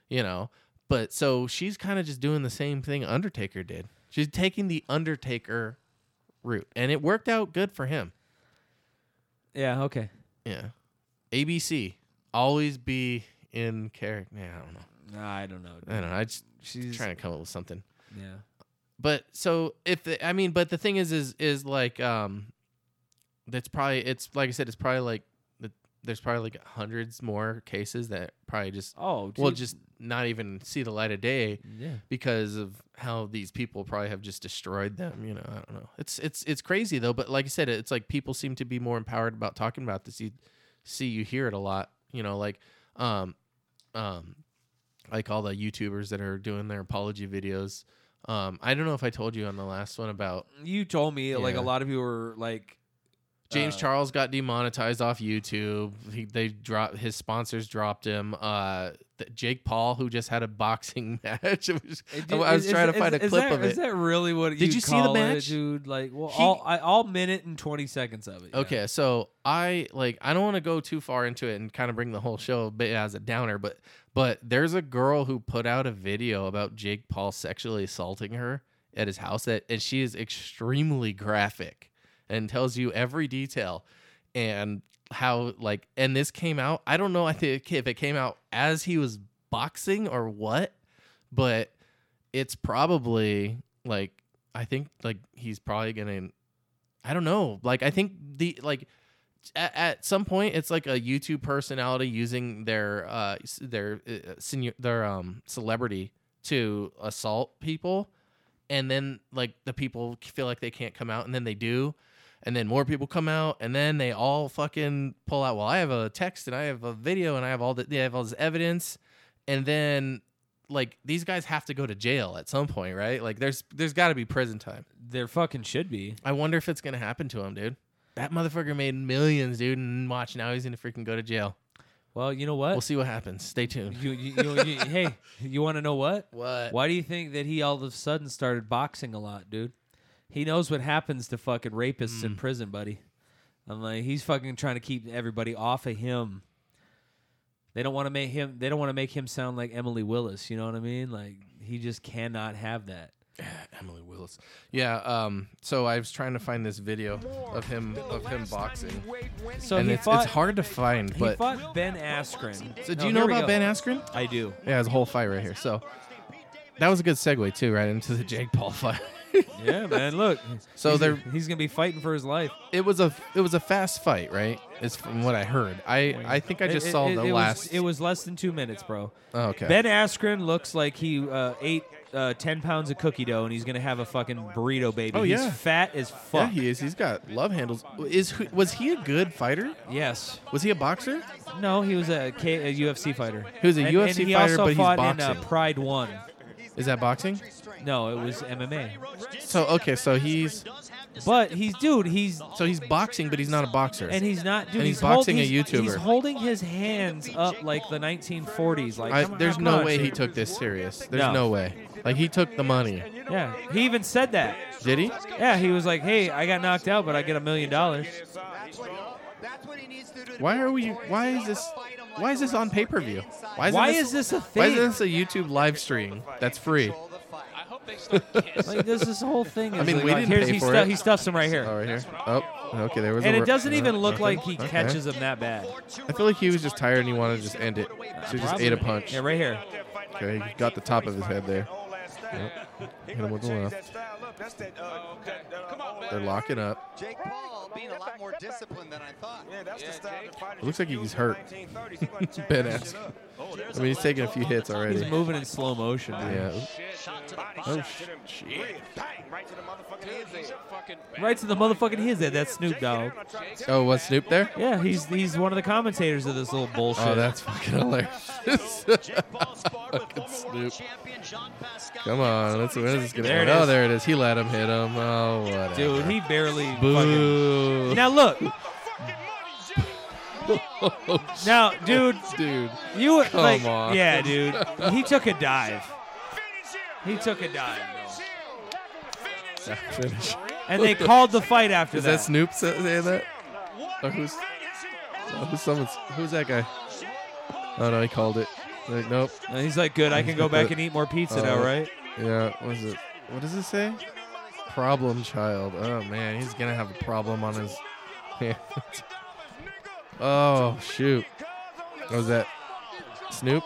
you know but so she's kind of just doing the same thing undertaker did she's taking the undertaker route and it worked out good for him Yeah, okay. yeah abc always be in character yeah i don't know Nah, I don't know. i don't know i just She's trying to come up with something yeah. But so if the, I mean, but the thing is, is is like um, that's probably it's like I said, it's probably like the, there's probably like hundreds more cases that probably just Oh, will dude. just not even see the light of day yeah. because of how these people probably have just destroyed them. You know, I don't know. It's it's it's crazy though. But like I said, it's like people seem to be more empowered about talking about this. You see, you hear it a lot. You know, like um, um, like all the YouTubers that are doing their apology videos. Um, I don't know if I told you on the last one about You told me like a Yeah. lot of you were like James Uh, Charles got demonetized off YouTube. He, they dropped his sponsors dropped him. Uh, th- Jake Paul, who just had a boxing match. It was- It I did- was eh, is- trying is- to find is- a is clip that- of Is it. that really what? Did you'd you see the call it, match? dude? Like, well, He- all, I, all minute and twenty seconds of it. yeah. Okay, so I like I don't want to go too far into it and kind of bring the whole show a bit as a downer, but but there's a girl who put out a video about Jake Paul sexually assaulting her at his house that and she is extremely graphic and tells you every detail and how like and this came out I don't know I think if it came out as he was boxing or what, but it's probably like I think like he's probably gonna I don't know. Like I think the like at, at some point it's like a YouTube personality using their uh s- their uh, senior their um celebrity to assault people and then like the people feel like they can't come out and then they do and then more people come out and then they all fucking pull out well I have a text and I have a video and I have all the they have all this evidence and then like these guys have to go to jail at some point right like there's there's got to be prison time there fucking should be. I wonder if it's gonna happen to him, dude. That motherfucker made millions, dude, and watch now he's gonna freaking go to jail. Well, you know what? We'll see what happens. Stay tuned. you, you, you, you- hey, you want to know what? What? Why do you think that he all of a sudden started boxing a lot, dude? He knows what happens to fucking rapists in prison, buddy. I'm like, he's fucking trying to keep everybody off of him. They don't want to make him. They don't want to make him sound like Emily Willis. You know what I mean? Like he just cannot have that. Emily Willis. Yeah. Um. So I was trying to find this video of him of him boxing, So and he it's, fought, it's hard to find. He But fought Ben Askren. so do No, you know here we about go. Ben Askren? I do. Yeah, it's a whole fight right here. So that was a good segue too, right into the Jake Paul fight. Yeah, man. Look. So he's, they're- he's gonna be fighting for his life. it was a it was a fast fight, right? Is from what I heard. I I think I just It- saw it- the it was- last. it was less than two minutes, bro. oh, okay. Ben Askren looks like he uh, ate uh, ten pounds of cookie dough, and he's gonna have a fucking burrito, baby. Oh, yeah. He's fat as yeah, fuck. he is. He's got love handles. Is who- was he a good fighter? yes. Was he a boxer? No, he was a, K- a UFC fighter. He was a and, UFC and he fighter, also but he's fought in uh, boxing. Pride One. Is that boxing? No, it was MMA. So okay, so he's But he's dude, he's so he's boxing, but he's not a boxer. and he's not dude. And he's hold- boxing a he's- He's YouTuber. holding his hands up like the 1940s. Like I, come on, there's come no on, way he dude. took this serious. There's No. no. way. Like he took the money. Yeah, he even said that. Did he? Yeah, he was like, "Hey, I got knocked out, but I get a million dollars." Why are we? Why is this? Why is this on pay per view? Why is Why this? is this a why thing? is this a YouTube live stream that's free? Like this, this whole thing. Is mean, like, we like, didn't here's, pay he, for stuff- it. he stuffs him right here, Oh, right here. Oh, okay. There was. and a it wor- doesn't uh, even look okay. like he Okay. catches him that bad. I feel like he was just tired and he wanted to just end it. So he just Probably. ate a punch. Yeah, right here. Okay, he got the top of his head there. Hit him with the left. Oh, They're locking up. Jake Paul being a lot more disciplined than I thought. Yeah, that's the style of It looks like he's hurt. Badass. Oh, I mean, he's taking a few hits He's already. moving in slow motion. dude. Yeah. fighting. Oh, sh- shit. Right to the motherfucking his head. That Snoop Dogg. Oh, was Snoop there? Yeah, he's he's one of the commentators of this little bullshit. Oh, that's fucking hilarious. Fucking Snoop. Come on, let's, when is this gonna There end? it Oh, is. there it is. He let him hit him. Oh, whatever. dude. He barely. fucking- Boo. Now look, now dude, Dude. you were Come like, on. yeah, dude. He took a dive. He took a dive, bro. Finish. and they called the fight after Is that Snoop sa- saying that? Or who's, oh, who's someone's? Who's that guy? Oh no, he called it. Like, nope. And he's like, good, I can go back and eat more pizza now, Uh, right? Yeah. What is it? What does it say? Problem child. Oh man, he's gonna have a problem on his. hands. oh shoot. What was that? Snoop.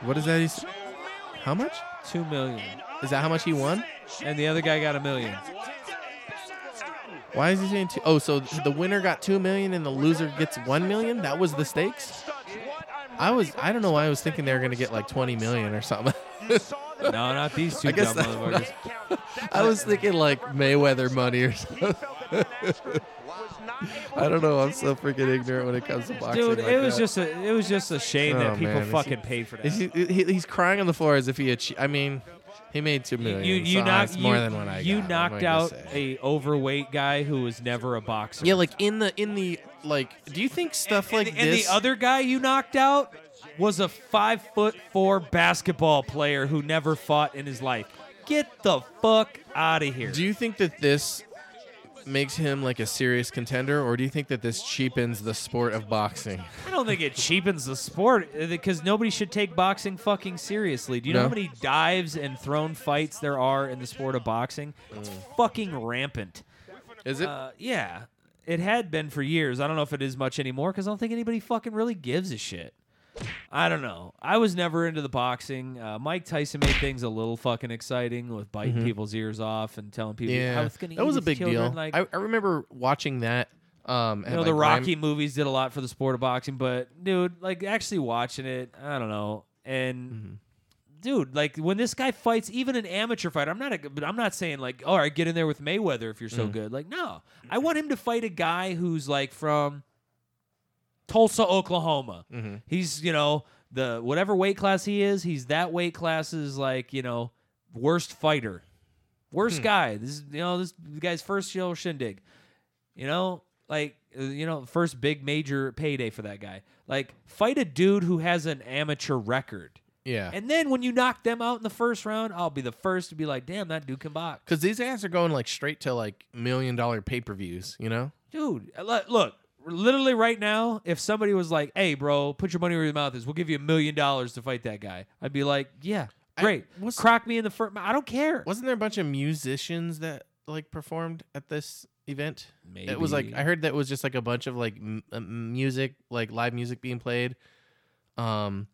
What is that? He's. How much? Two million. Is that how much he won? And the other guy got a million. Why is he saying two? Oh, so the winner got two million and the loser gets one million. That was the stakes. I was I don't know why I was thinking they were gonna get like twenty million or something. No, not these two I guess dumb that's motherfuckers. I was thinking like Mayweather money or something. I don't know. I'm so freaking ignorant when it comes to boxing. Dude, like it was that. just a it was just a shame Oh, that people man, is he- fucking paid for that. Is he, he, he's crying on the floor as if he. Achieved, I mean, he made two million. you you so knocked that's more you, than what I you got, I'm knocked gonna out a say. overweight guy who was never a boxer. Yeah, like in the in the like. Do you think stuff like and this? the other guy you knocked out was a five foot four basketball player who never fought in his life. Get the fuck out of here. Do you think that this makes him like a serious contender, or do you think that this cheapens the sport of boxing? I don't think it cheapens the sport because nobody should take boxing fucking seriously. Do you know No. how many dives and thrown fights there are in the sport of boxing? It's Mm. fucking rampant. Is it? Uh, yeah, it had been for years. I don't know if it is much anymore because I don't think anybody fucking really gives a shit. I don't know. I was never into the boxing. Uh, Mike Tyson made things a little fucking exciting with biting people's ears off and telling people, "I Mm-hmm. yeah, was gonna that eat was a his big children," deal. Like, I, I remember watching that. Um, at, you know, like, the Ram- Rocky movies did a lot for the sport of boxing, but dude, like actually watching it, I don't know. And dude, like when this guy fights, even an amateur fighter, I'm not. A, but I'm not saying like, all right, get in there with Mayweather if you're so good. Like, no, I want him to fight a guy who's like from Tulsa, Oklahoma. He's you know the whatever weight class he is, he's that weight class's like you know worst fighter, worst guy. This is you know this guy's first show shindig. You know, like uh, you know, first big major payday for that guy. Like fight a dude who has an amateur record. Yeah. And then when you knock them out in the first round, I'll be the first to be like, "Damn, that dude can box." Because these guys are going like straight to like million dollar pay per views, you know? Dude, lo- look, literally right now, if somebody was like, "Hey, bro, put your money where your mouth is. We'll give you a million dollars to fight that guy," I'd be like, "Yeah, I- great. was- Crock me in the front. I don't care." Wasn't there a bunch of musicians that like performed at this event? It was like Maybe. I heard that it was just like a bunch of like m- uh, music, like live music being played. Um,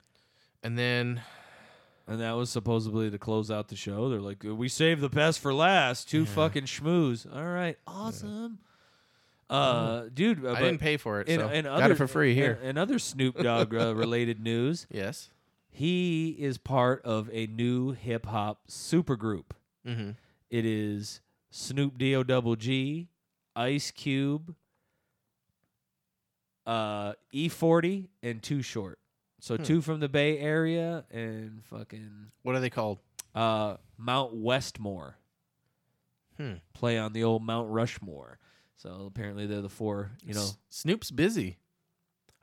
and then And that was supposedly to close out the show. They're like, "We saved the best for last. Two fucking schmooze. All right, awesome." Uh, dude, uh, Mm-hmm. I but didn't pay for it, in- so in got other- it for free in- here. In other Snoop Dogg uh, related news, yes, he is part of a new hip hop supergroup. mm-hmm. It is Snoop D-O Double G, Ice Cube, uh, E40, and Two Short. So Hmm. two from the Bay Area and fucking what are they called? uh, Mount Westmore. Hmm. Play on the old Mount Rushmore. So apparently they're the four, you know. S- Snoop's busy.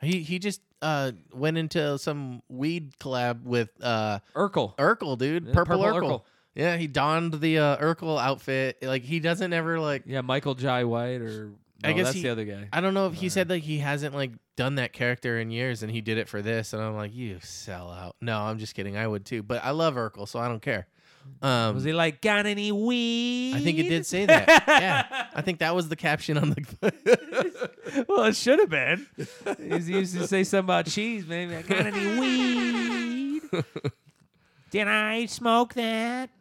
He he just uh went into some weed collab with uh Urkel. Urkel, dude. Yeah, Purple, Purple Urkel. Urkel. Yeah, he donned the uh, Urkel outfit. Like he doesn't ever like. Yeah, Michael Jai White or I no, guess that's he- the other guy. I don't know if he said like he hasn't like done that character in years, and he did it for this, and I'm like, you sell out. No, I'm just kidding. I would too, but I love Urkel, so I don't care. Um, Was he like got any weed? I think it did say that. yeah, I think that was the caption on the. well, it should have been. he used to say something about cheese, maybe. I got any weed? Did I smoke that? I-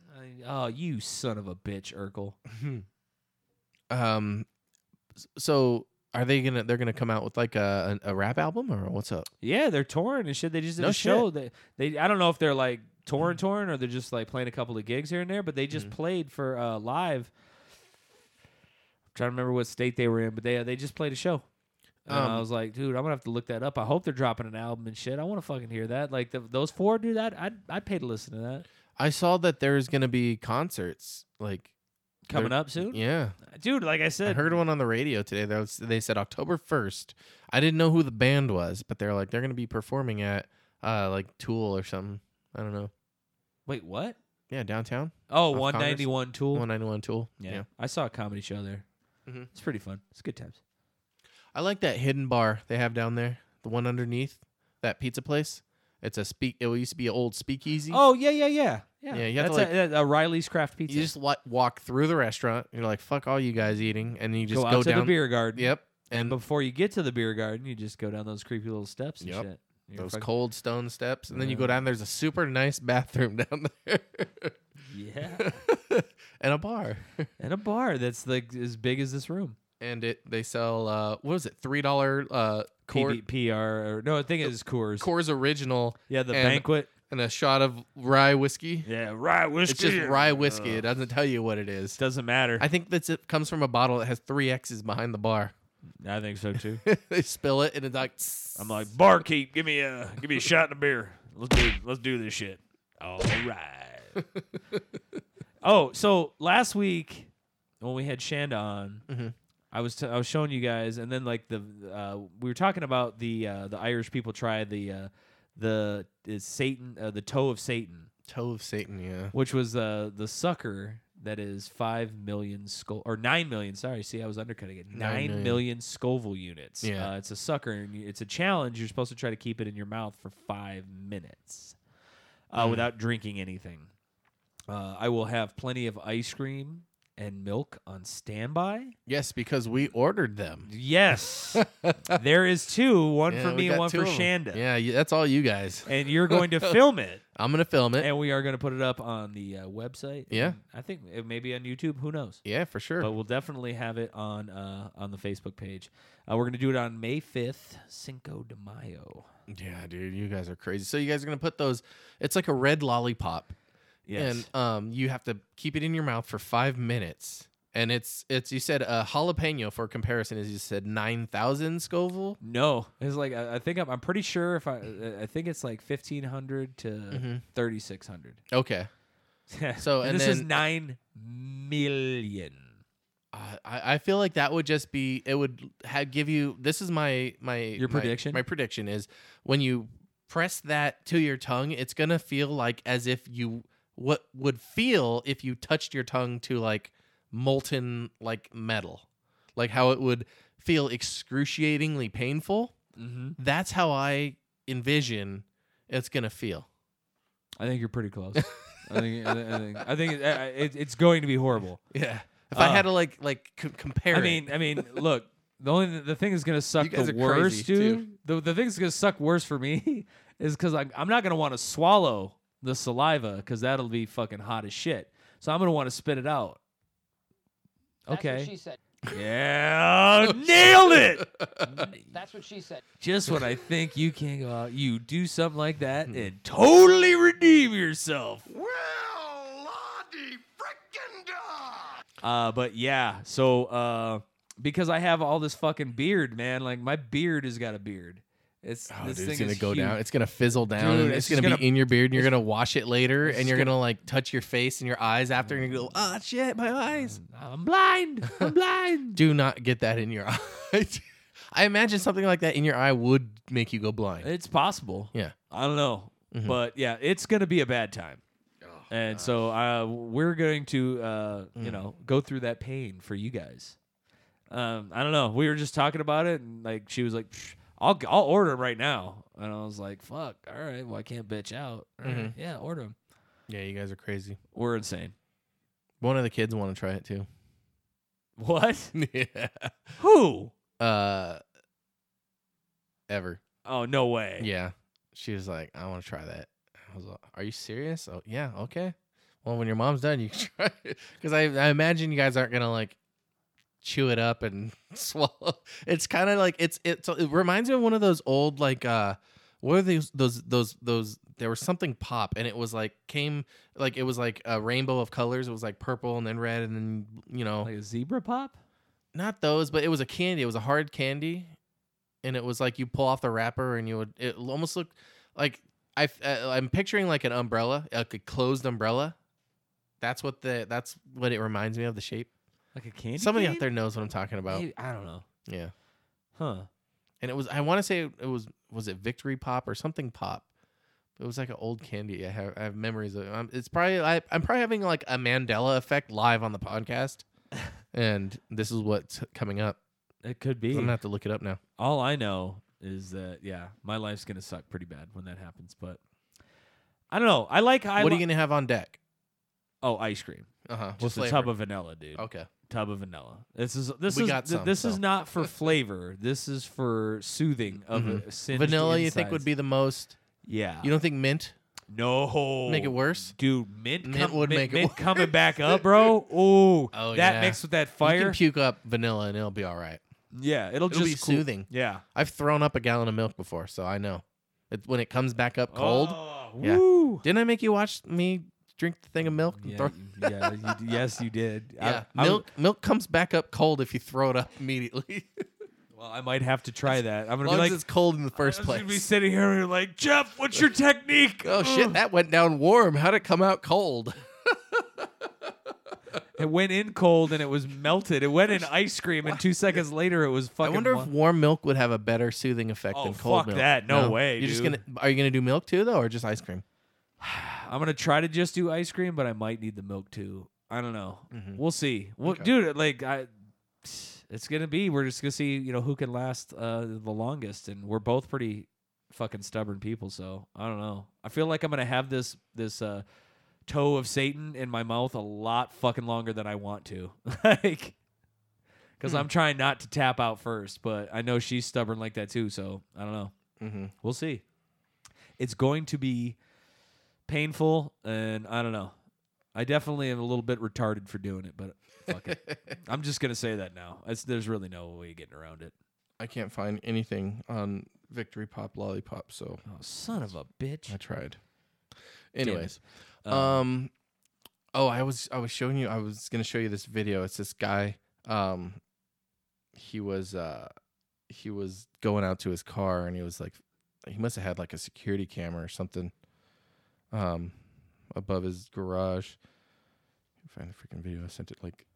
Oh, you son of a bitch, Urkel. um, so are they gonna? They're gonna come out with like a a rap album or what's up? Yeah, they're touring and shit. They just did No Mm. a show. They, they, I don't know if they're like touring, touring, or they're just like playing a couple of gigs here and there. But they just played for uh, live. I'm trying to remember what state they were in, but they they just played a show. And I Um, was like, dude, I'm gonna have to look that up. I hope they're dropping an album and shit. I want to fucking hear that. Like the, those four, dude, I'd, I'd I'd pay to listen to that I saw that there's gonna be concerts like coming They're- up soon. Yeah, Dude, like I I said, heard one on the radio today. That was, they said October first. I didn't know who the band was, but they're like they're gonna be performing at uh like Tool or something. I don't know. wait, what? Yeah, downtown. Oh, Off Congress? 191 Tool. One Mm-hmm. ninety one Tool. yeah. I saw a comedy show there. It's pretty fun. It's good times. I like that hidden bar they have down there. The one underneath that pizza place. It's a speak. It used to be an old speakeasy. Oh yeah, yeah, yeah, yeah. Yeah, you have to, That's a, a Riley's Craft Pizza. you just li- walk through the restaurant. You're like, fuck all you guys eating, and you go just go, out to down. the beer garden. Yep. And Before you get to the beer garden, you just go down those creepy little steps and Yep. shit. You're Those fuck- cold stone steps, and then you go down. There's a super nice bathroom down there, Yeah. and a bar, and a bar that's like as big as this room. and it they sell uh what was it three dollar uh Coor, PB, PR. Or, no, I think it's Coors. Coors original Yeah, the and- banquet. and a shot of rye whiskey. Yeah, rye whiskey. Uh, It's just rye whiskey. It doesn't tell you what it is. Doesn't matter. I think that's it comes from a bottle that has three X's behind the bar. I think so too. they spill it and it's like I'm like barkeep. Give me a give me a shot and a beer. Let's do let's do this shit. All right. oh, so last week when we had Shanda on, I was t- I was showing you guys, and then like the uh, we were talking about the uh, the Irish people try the uh, the is Satan uh, the toe of Satan, toe of Satan. Yeah. which was uh, the sucker that is five million Scoville or nine million. Sorry, see, I was undercutting it. Nine million. million Scoville units. Yeah. uh, it's a sucker, and you- it's a challenge. You're supposed to try to keep it in your mouth for five minutes uh, Hmm. without drinking anything. Uh, I will have plenty of ice cream and milk on standby. Yes, because we ordered them. Yes. there is two, one Yeah, for we me and got one two for of 'em. Shanda. Yeah, you, that's all you guys. And you're going to film it. I'm gonna film it. And we are going to put it up on the uh, website. Yeah. and I think it may be on YouTube, who knows. yeah, for sure. But we'll definitely have it on uh, on the Facebook page. Uh, we're going to do it on May 5th, Cinco de Mayo. Yeah, dude, you guys are crazy. So you guys are gonna put those. It's like a red lollipop, Yes. and um, you have to keep it in your mouth for five minutes. And it's it's you said a jalapeno for comparison is you said nine thousand Scoville. no, it's like I, I think I'm, I'm pretty sure if I uh, I think it's like 1500 to 3600. Okay, Mm-hmm. So, and this is then- 9 million. I Uh, I I feel like that would just be it would ha give you. This is my my Your my- prediction? My prediction is when you press that to your tongue, it's gonna feel like as if you what would feel if you touched your tongue to like molten like metal, like how it would feel excruciatingly painful. Mhm. That's how I envision it's gonna feel. I think you're pretty close. I think I think- I think, I think it, I- it, it's going to be horrible. Yeah. If I Ah. had to like like c- compare, I it. mean, I mean, look, the only the thing that's gonna suck guys the are worst, crazy, too. dude. The the thing that's gonna suck worse for me is because I'm I'm not gonna want to swallow the saliva because that'll be fucking hot as shit. So I'm gonna want to spit it out. Okay. she said. Yeah, nailed it. That's what she said. Just when I think you can't go out, you do something like that Hmm. and totally redeem yourself. Uh, but yeah, so uh, because I have all this fucking beard, man. Like my beard has got a beard. It's Oh, this dude, thing it's gonna is go huge. down. It's gonna fizzle down. Dude, and it's it's, just gonna, gonna- be in your beard, and you're gonna wash it later, and just you're gonna- gonna, like touch your face and your eyes after, and you're gonna go, ah, shit, my eyes. I'm blind. I'm blind. Do not get that in your eye. I imagine something like that in your eye would make you go blind. it's possible. Yeah. I don't know, Mm-hmm. but yeah, it's gonna be a bad time. and so uh, we're going to, uh, Mm-hmm. you know, go through that pain for you guys. Um, I don't know. We were just talking about it, and like she was like, "Psh, "I'll g- I'll order 'em right now," and I was like, "Fuck, all right. Well, I can't bitch out. All right, Mm-hmm. Yeah, order them. Yeah, you guys are crazy. We're insane. One of the kids want to try it too. What? yeah. Who? Uh. Ever. Oh no way. Yeah. She was like, I want to try that. I was like, Are you serious? Oh yeah, okay. Well, when your mom's done, you can try it. Because I, I imagine you guys aren't gonna like chew it up and swallow. It's kind of like it's it's it reminds me of one of those old like uh what are those those those those there was something pop and it was like came like it was like a rainbow of colors. It was like purple and then red and then you know Like a zebra pop? not those, but it was a candy. It was a hard candy, and it was like you pull off the wrapper and you would. It almost looked like I. f- uh, I'm picturing like an umbrella, like a closed umbrella. That's what the. That's what it reminds me of. The shape. Like a candy? Somebody cane? out there knows what I'm talking about. Maybe- I don't know. Yeah, Huh. and it was. I want to say it was. Was it Victory Pop or something Pop? It was like an old candy. I have. I have memories of. Um, it's probably. I, I'm probably having like a Mandela effect live on the podcast, and this is what's coming up. It could be. I'm gonna have to look it up now. All I know is that yeah, my life's gonna suck pretty bad when that happens. But I don't know. I like. I what are li- you gonna have on deck? Oh, ice cream. Uh huh. Just a tub of vanilla, dude. Okay. tub of vanilla. This is this We is got th- some, this so. is not for flavor. this is for soothing of a singed Mm-hmm. Vanilla, you think would insides. be the most? Yeah. You don't think mint? No. Make it worse, dude. Mint, Mint com- would mint- make it mint worse. coming back up, bro. Ooh, Oh that yeah. mixed with that You fire. can puke up vanilla and it'll be all right. yeah, it'll, It'll be just cool- soothing. Yeah. I've thrown up a gallon of milk before, so I know. It, when it comes back up cold. Oh, Yeah. Woo. Didn't I make you watch me drink the thing of milk? And Yeah, throw- you- yeah, you d- yes, you did. I- yeah. I, was- milk milk comes back up cold if you throw it up immediately. well, I might have to try that. I'm as gonna long be like, as it's cold in the first I'm just place. gonna be sitting here and like, Jeff, what's your technique? oh shit, that went down warm. How'd it come out cold? It went in cold and it was melted. It went in ice cream, and two seconds later, it was I fucking. wonder wa- if warm milk would have a better soothing effect Oh, than cold fuck milk. that. No way, You're just dude. gonna are you gonna do milk too though, or just ice cream? I'm gonna try to just do ice cream, but I might need the milk too. I don't know. We'll see. Well, dude, like I, it's gonna be. We're just gonna see, you know, who can last uh, the longest, and we're both pretty fucking stubborn people. So I don't know. I feel like I'm gonna have this this uh, toe of Satan in my mouth a lot fucking longer than I want to, like, because I'm trying not to tap out first. But I know she's stubborn like that too. So I don't know. Mm-hmm. We'll see. It's going to be painful, and I don't know. I definitely am a little bit retarded for doing it, but fuck it. I'm just gonna say that now. It's, there's really no way of getting around it. I can't find anything on Victory Pop Lollipop, so Oh, son of a bitch! I tried. Damn it. Anyways, Um, um, oh, I was I was showing you I was gonna show you this video. It's this guy. Um, he was uh, he was going out to his car and he was like, he must have had like a security camera or something. Um, above his garage. Find the freaking video. I sent it like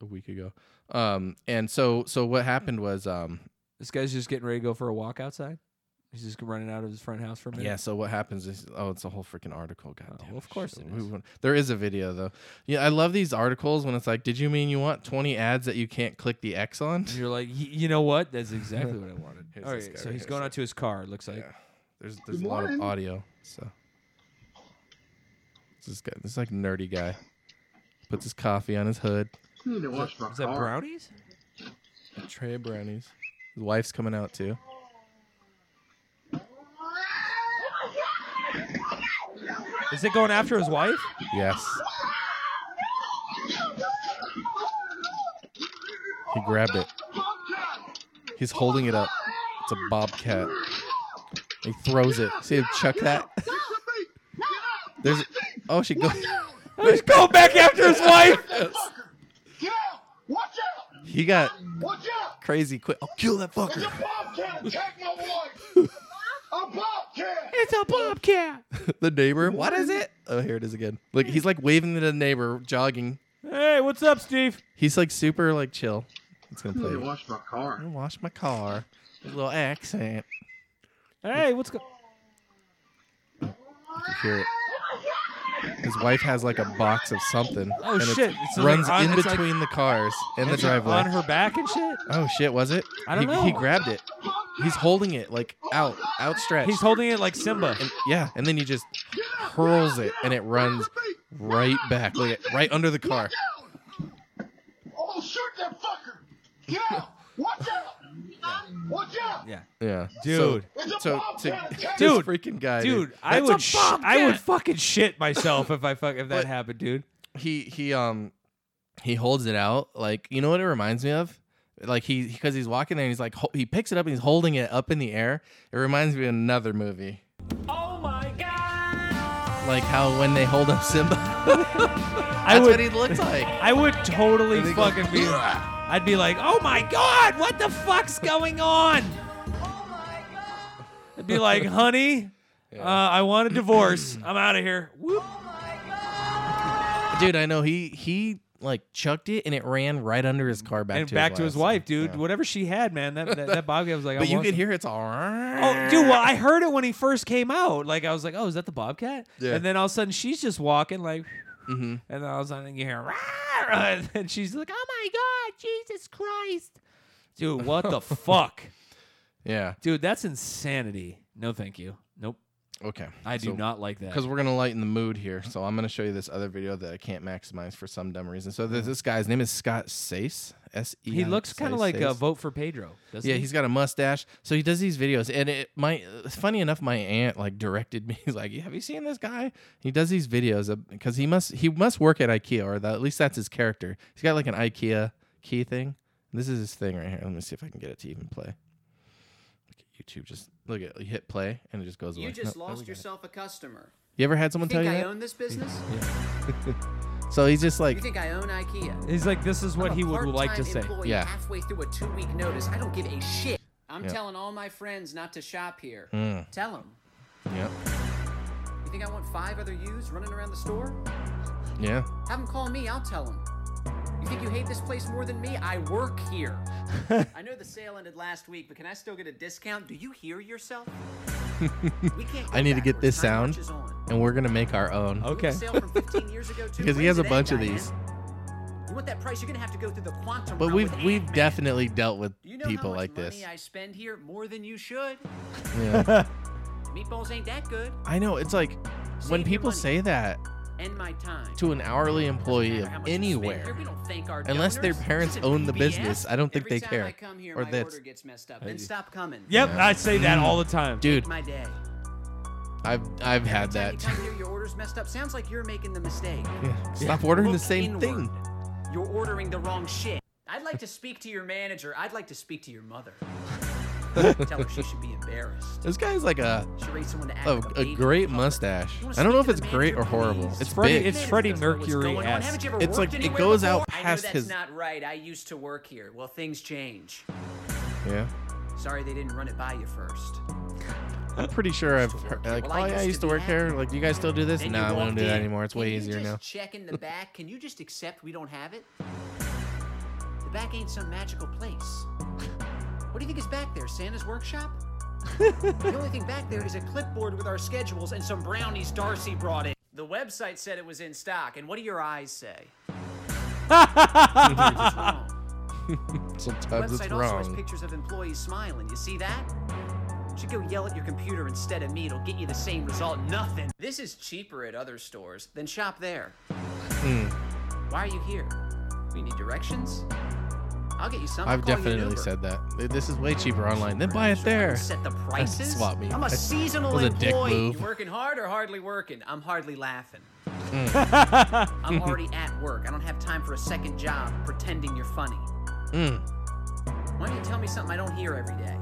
a week ago. Um, and so so what happened was um this guy's just getting ready to go for a walk outside. He's just running out of his front house for a minute. Yeah. So what happens is, oh, it's a whole freaking article. God Oh, damn well, it, of course shit. it We is. wouldn't- There is a video though. Yeah, I love these articles when it's like, did you mean you want 20 ads that you can't click the X on? And you're like, "Y- you know what? That's exactly what I wanted. Here's All this right, guy so right he's here. going out to his car. it Looks like. Yeah. There's there's a lot of morning. audio. So It's this guy, this like nerdy guy, puts his coffee on his hood. need to wash my Is that car. brownies? Tray of brownies. His wife's coming out too. Is it going after his wife? Yes. He grabbed it. He's holding it up. It's a bobcat. He throws it. See him chuck that? There's oh she goes He's going back after his wife. Yeah, watch out! He got Watch out! crazy quick. Oh kill that It's fucker. a bobcat! Attack my wife! a bobcat! It's a bobcat. The neighbor. What is it? Oh here it is again. Look, he's like waving to the neighbor, jogging. Hey, what's up, Steve? He's like super like chill. It's gonna I need to play. I'm Hmm. wash my car. gonna wash my car. His little accent. Hey, what's go- You can hear it. His wife has like a box of something. Oh, and it shit. It's like runs on- in it's like- between the cars and the Is it on driveway. her back and shit? Oh shit, was it? I don't he, know. He grabbed it. He's holding it like out, outstretched. He's holding it like Simba. And- yeah, and then he just hurls it, and it runs right back, look at, right under the car. Oh, shoot that fucker! Yeah, watch out! Watch out! Yeah. Yeah, Dude. So, so to, Dude. this freaking guy, Dude, I That's a would sh- I bobcat! would fucking shit myself if I fuck if that But- happened, dude. he he um he holds it out like you know what it reminds me of like he because he's walking there and he's like ho- he picks it up and he's holding it up in the air it reminds me of another movie Oh my god! like how when they hold up simba I that's would what he looks like I would totally And he goes, fucking be I'd be like, "Oh my god, what the fuck's going on?" I'd be like, "Honey, uh, I want a divorce. I'm out of here." Whoop. dude i know he he like chucked it and it ran right under his car back and to back his to his wife, dude. Whatever she had, man. That that, that bobcat was like, I but you want could some- hear it's all Oh, dude, well, I heard it when he first came out. Like, I was like, oh, is that the Bobcat? Yeah. And then all of a sudden, she's just walking, like, mm-hmm. and then all of a sudden, you hear, "Rah!" and then she's like, oh my God, Jesus Christ. Dude, what the fuck? yeah Dude, that's insanity. No, thank you. Nope. Okay. I do not like that. Because we're gonna lighten the mood here. So I'm gonna show you this other video that I can't maximize for some dumb reason. So this, this guy's name is Scott Sace. S E. Mm-hmm. He looks kind of like a a vote for Pedro. Doesn't yeah, he? has got a mustache. So he does these videos, and it my funny enough, my aunt like directed me. He's like, "Have you seen this guy? He does these videos because he must he must work at IKEA, or that, at least that's his character. He's got like an IKEA key thing. This is his thing right here. Let me see if I can get it to even play. Look at YouTube. Just look at you hit play, and it just goes away. You Nope, just there we lost go. yourself a customer. You ever had someone think tell you I that? own this business? so he's just like you think I own IKEA? He's like, this is what I'm a he would like to part-time say. employee Yeah. Halfway through a two-week notice, I don't give a shit. I'm Yeah. telling all my friends not to shop here. Mm. Tell them. Yep. You think I want five other yous running around the store? Yeah. Have them call me. I'll tell them. You think you hate this place more than me? I work here. I know the sale ended last week, but can I still get a discount? Do you hear yourself? We can't I need to get this backwards. Time sound, marches on. and we're gonna make our own. The sale from 15 years ago, too. because he has When's a it end, bunch of Diane? these. You want that price? You're gonna have to go through the quantum. But realm we've with we've Ant-Man. definitely dealt with Do you know people how much like money this. I spend here more than you should. Yeah. The meatballs ain't that good. I know. It's like when your people money. say that End my time. to an hourly employee of How much you spend here, anywhere, we don't thank our unless their donors. parents This is own the PBS. business, I don't think Every they time care. I come here, or my that's order gets messed up. Then stop coming. Yep, Yeah. I say that all the time. dude. My day. I've I've had Every time that. You come here, your order's messed up. Sounds like you're making the mistake. Yeah. Stop ordering the Look same inward. thing. You're ordering the wrong shit. I'd like to speak to your manager. I'd like to speak to your mother. Tell her she should be embarrassed. This guy's like a She raised someone to act a, like a a baby great in public. mustache. You wanna I don't speak know if to it's the great or manager, horrible. please? It's Freddie- big. it's Freddie Mercury on? esque. Haven't you ever It's worked like it anywhere goes before? out I know past that's his- not right. I used to work here. Well, things change. Yeah. Sorry they didn't run it by you first. I'm pretty sure I've heard, like, oh Well, I yeah, I used used to to be work here. happy. Like, do you guys still do this? Then No, you nah, we walked don't do that in. anymore. It's Can way you easier just now. Check in the back. Can you just accept we don't have it? The back ain't some magical place. What do you think is back there? Santa's workshop? the only thing back there is a clipboard with our schedules and some brownies Darcy brought in. The website said it was in stock, and what do your eyes say? Sometimes it's wrong. Sometimes website it's also has wrong. pictures of employees smiling. You see that? You should go yell at your computer instead of me. It'll get you the same result. Nothing. This is cheaper at other stores. Then shop there. Hmm. Why are you here? We need directions. I'll get you something. I've definitely said that. This is way cheaper online. Then buy it there. Set the prices. swap me. I'm a That seasonal was a dick employee. move. You working hard or hardly working? I'm hardly laughing. Hmm. I'm already at work. I don't have time for a second job pretending you're funny. Mm. Why don't you tell me something I don't hear every day?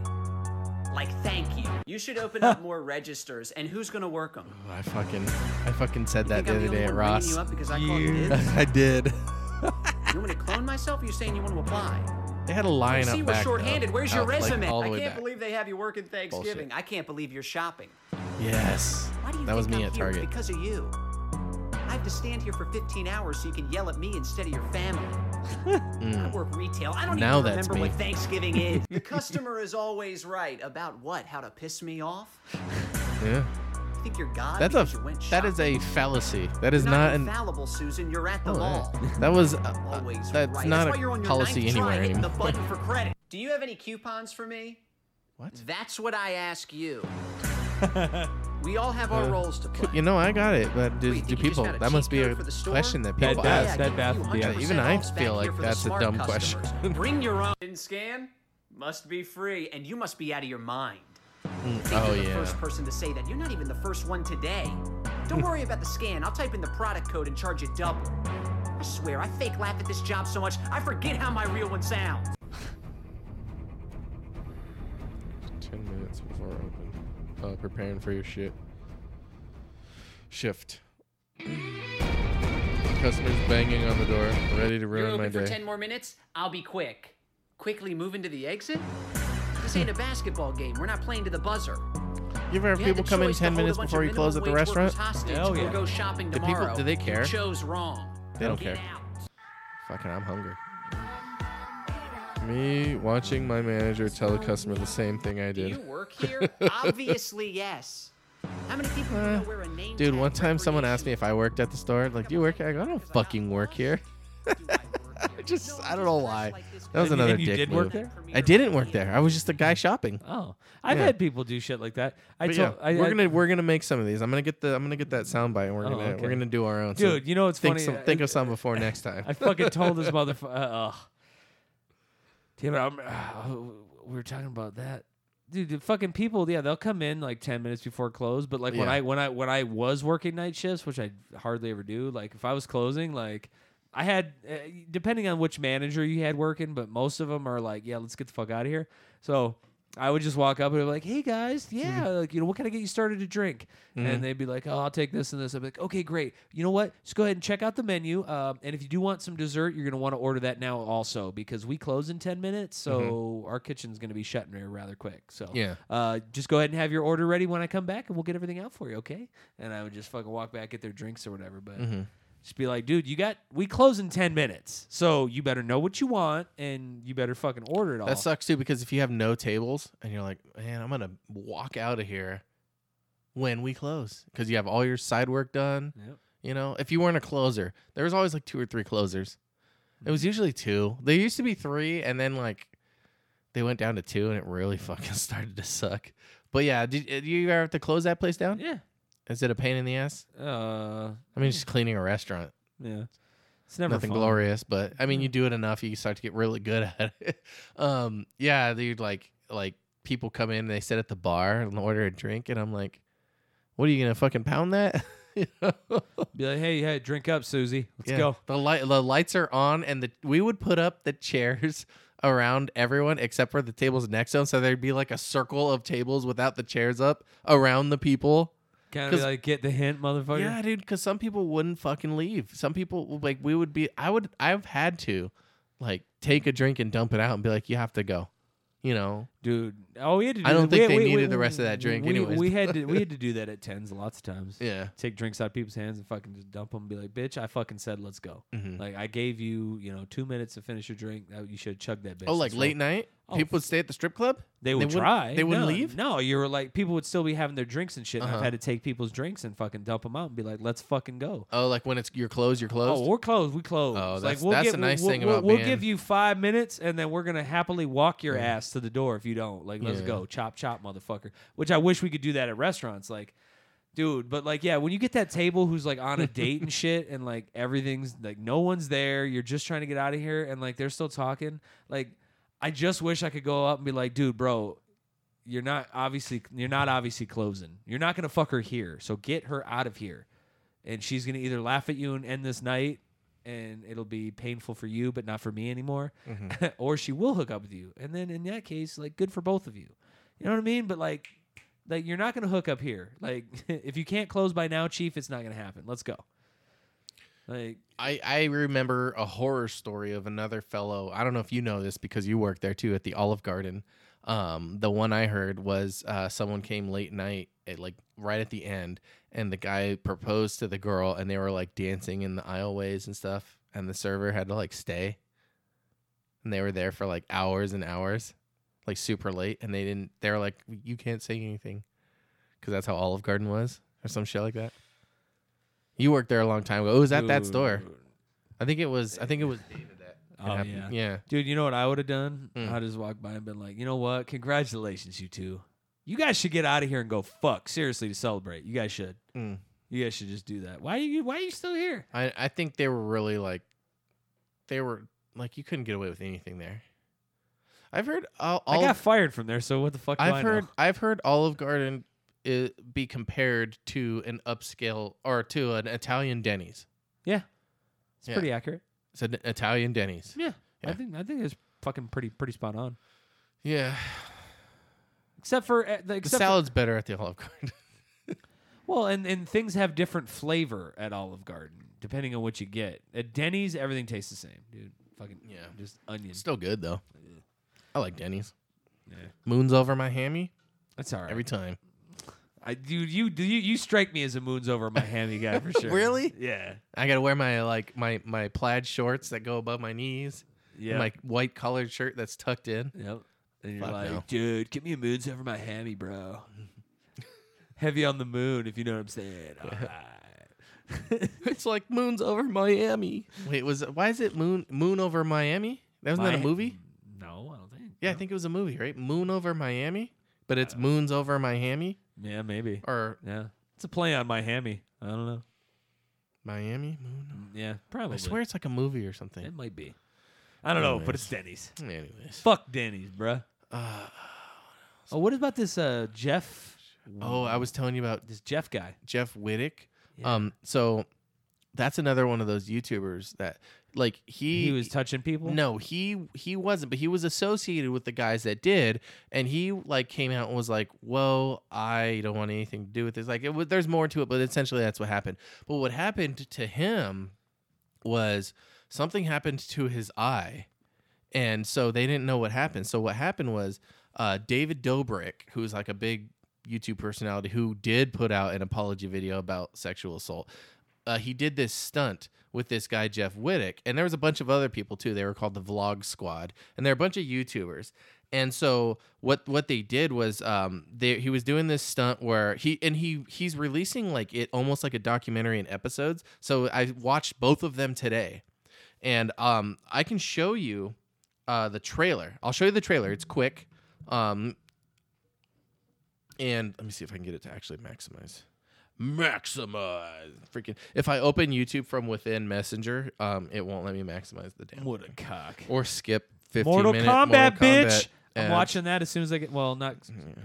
Like thank you. You should open up more registers, and who's gonna work them? I fucking, I fucking said that the think other I'm the day at only one ringing Ross. you up because I called you dibs? I did. You want me to clone myself? Or you saying you want to apply? They had a line See, up we're back. though. shorthanded. Where's your Out, like, resume? all the I way can't back. believe they have you working Thanksgiving. I can't believe you're shopping. Yes. Why do you That was think me I'm at here? It's Target. Because of you. I have to stand here for 15 hours so you can yell at me instead of your family. I Mm. work retail. I don't Now even that's remember me. what Thanksgiving is. the customer is always right about what? How to piss me off? Yeah. You think you're God? That's a. because you went That is shopping? a fallacy. That is You're not an. infallible, Susan. You're at the Oh, mall. yeah. That was. Uh, uh, Always that's right. not That's why you're on a your policy ninth try anywhere hitting the anymore. button for credit. Do you have any coupons for me? What? That's what I ask you. we all have our Uh, roles to play. You know, I got it, but do, do Wait, think you just people? got a That must cheat be a code for the store? question that That people does, ask. that give you bath would be 100% even I off back feel here like for the that's a smart dumb customers. Bring your own Pin scan. Must be free, and you must be out of your mind. Mm, think Oh you're the yeah. first person to say that. You're not even the first one today. Don't worry about the scan. I'll type in the product code and charge you double. I swear, I fake laugh at this job so much, I forget how my real one sounds. Ten minutes before open. Uh, preparing for your shit. Shift. Customers banging on the door, ready to You're ruin my open for day. 10 more minutes? I'll be quick. Quickly moving to the exit? This ain't a basketball game. We're not playing to the buzzer. you ever have You had people the come in choice to ten hold a minutes bunch before of you close at the minimum wage workers restaurant? Hostage Hell or yeah. go shopping Do people- tomorrow. do they care? You chose wrong. They don't Get care. out. Fucking, I'm hungry. Me watching my manager tell a customer the same thing I Do you did. work here? Obviously, yes. How many people do you know wear a name Uh, Dude, tag one time someone recreation asked me if I worked at the store. Like, do you work here? I go, I don't fucking work here. do I work here? just I don't know why. That was And you- another and you dick did work move. there? I didn't work there. I was just a guy shopping. Oh, I've Yeah. had people do shit like that. I But told yeah, I, we're I- gonna we're gonna make some of these. I'm gonna get the I'm gonna get that soundbite and we're Oh, gonna okay. we're gonna do our own. So dude. you know what's think funny? Some, think of some before next time. I fucking told this motherfucker. Uh, ugh. Damn it! I'm, uh, we were talking about that, dude. The fucking people, yeah, they'll come in like ten minutes before close. But like when Yeah. I when I when I was working night shifts, which I hardly ever do, like if I was closing, like I had uh, depending on which manager you had working, but most of them are like, yeah, let's get the fuck out of here. So. I would just walk up and be like, "Hey guys, yeah, like you know, what can I get you started to drink?" Mhm. And they'd be like, "Oh, I'll take this and this." I'd be like, "Okay, great. You know what? Just go ahead and check out the menu. Um, and if you do want some dessert, you're gonna want to order that now also because we close in ten minutes, so our kitchen's gonna be shutting here rather quick. So Yeah. uh, just go ahead and have your order ready when I come back, and we'll get everything out for you, okay?" And I would just fucking walk back, get their drinks or whatever, but. Mhm. Just be like, dude, you got we close in ten minutes, so you better know what you want, and you better fucking order it all. That sucks too because if you have no tables and you're like, man, I'm gonna walk out of here when we close because you have all your side work done. Yep. You know, if you weren't a closer, there was always like two or three closers. It Mm-hmm. was usually two. There used to be three, and then like they went down to two, and it really fucking started to suck. But yeah, did, did you ever have to close that place down? Yeah. Is it a pain in the ass? Uh, I mean, just cleaning a restaurant. Yeah. It's never nothing fun. glorious, but I mean, you do it enough, you start to get really good at it. Um, yeah, dude, like like people come in, they sit at the bar and order a drink, and I'm like, what are you gonna fucking pound that? You know? Be like, hey, hey, drink up, Susie. Let's Yeah. go. The light, the lights are on, and the we would put up the chairs around everyone except for the tables next to them, so there'd be like a circle of tables without the chairs up around the people. Kind of 'Cause- like get the hint, motherfucker. Yeah, dude, because some people wouldn't fucking leave. Some people would, like we would be. I would. I've had to, like, take a drink and dump it out and be like, "You have to go," you know. dude. Oh, we had to. Do I don't that. We think had- they we- we- needed the rest of that drink We, anyways. we had to. We had to do that at tens lots of times. Yeah. Take drinks out of people's hands and fucking just dump them. And be like, bitch, I fucking said let's go. Mhm. Like I gave you, you know, two minutes to finish your drink. That you should chug that bitch. Oh, like That's late right. night, Oh, people would stay at the strip club. They would wouldn't- try. They wouldn't No, leave. No, you were like people would still be having their drinks and shit. And I've Uh-huh. had to take people's drinks and fucking dump them out and be like, let's fucking go. Oh, like when it's you're closed, you're closed. Oh, we're closed. We closed. Oh, like that's- we'll that's give, the nice we'll, thing we'll, about we'll being- give you five minutes, and then we're gonna happily walk your Yeah. ass to the door if you don't. Like, let's Yeah. go, chop chop, motherfucker. Which I wish we could do that at restaurants, like, dude. But like, yeah, when you get that table who's like on a date and shit, and like everything's like no one's there, you're just trying to get out of here, and like they're still talking. Like, I just wish I could go up and be like, dude, bro. You're not obviously you're not obviously closing. You're not gonna fuck her here. So get her out of here and she's gonna either laugh at you and end this night and it'll be painful for you but not for me anymore Mm-hmm. or she will hook up with you and then in that case like good for both of you you know what i mean but like like you're not gonna hook up here like if you can't close by now chief it's not gonna happen let's go like I, I remember a horror story of another fellow. I don't know if you know this because you worked there too at the Olive Garden. Um, the one I heard was uh, someone came late night at like right at the end, and the guy proposed to the girl, and they were like dancing in the aisleways and stuff, and the server had to like stay, and they were there for like hours and hours, like super late, and they didn't. They were like, "You can't say anything," because that's how Olive Garden was, or some shit like that. You worked there a long time ago. It was at that store. Dude. I think it was. I think it was David that. it Oh happened. yeah, Yeah. dude. You know what I would have done? Mm. I'd just walked by and been like, you know what? Congratulations, you two. You guys should get out of here and go fuck seriously to celebrate. You guys should. Mm. You guys should just do that. Why are you? Why are you still here? I I think they were really like, they were like you couldn't get away with anything there. I've heard all. all I got fired from there, so what the fuck? do I I've know? heard I've heard Olive Garden i be compared to an upscale or to an Italian Denny's. Yeah, it's Yeah. pretty accurate. It's an Italian Denny's. Yeah. I Yeah. think I think it's fucking pretty pretty spot on. Yeah. Except for uh, the, The except for- salad's better at the Olive Garden. well, and and things have different flavor at Olive Garden depending on what you get. At Denny's, everything tastes the same, dude. Fucking yeah, just onion. Still good though. I like Denny's. Yeah. Moon's over my hammy That's all right. every time. I dude, you do you, you strike me as a moons over my hammy guy for sure. Really? Yeah. I gotta wear my like my my plaid shorts that go above my knees. and Yeah. My white collared shirt that's tucked in. Yep. And you're Fuck like, no. dude, give me a moons over my hammy, bro. Heavy on the moon, if you know what I'm saying. All right. it's like moons over Miami. Wait, was why is it moon moon over Miami? That wasn't that Mi- a movie? No, I don't think. Yeah, I think it was a movie, right? Moon over Miami, but it's moons over Miami Yeah, maybe. or Yeah, it's a play on Miami. I don't know. Miami moon. Yeah, probably. I swear it's like a movie or something. it might be. I don't know, but it's Denny's. Anyways, Fuck Denny's, bruh. Uh, oh, what about this uh, Jeff? Oh, I was telling you about this Jeff guy. Jeff Wittick. Um, so that's another one of those YouTubers that like he He was touching people. No, he he wasn't, but he was associated with the guys that did, and he like came out and was like, "Whoa, I don't want anything to do with this." Like, it, wa- there's more to it, but essentially that's what happened. But what happened to him was something happened to his eye, and so they didn't know what happened. So what happened was uh, David Dobrik, who's like a big YouTube personality who did put out an apology video about sexual assault. Uh, he did this stunt with this guy Jeff Wittick, and there was a bunch of other people too. They were called the Vlog Squad, and they're a bunch of YouTubers. And so what what they did was um, they, he was doing this stunt where he and he he's releasing like it almost like a documentary in episodes. So I watched both of them today, and um, I can show you uh, the trailer. I'll show you the trailer. It's quick. Um, and let me see if I can get it to actually maximize. Maximize. Freaking. If I open YouTube from within Messenger, um, it won't let me maximize the damn. What a cock. Or skip 15 Mortal minute Kombat, Mortal Kombat bitch. I'm ads. watching that as soon as I get. Well, not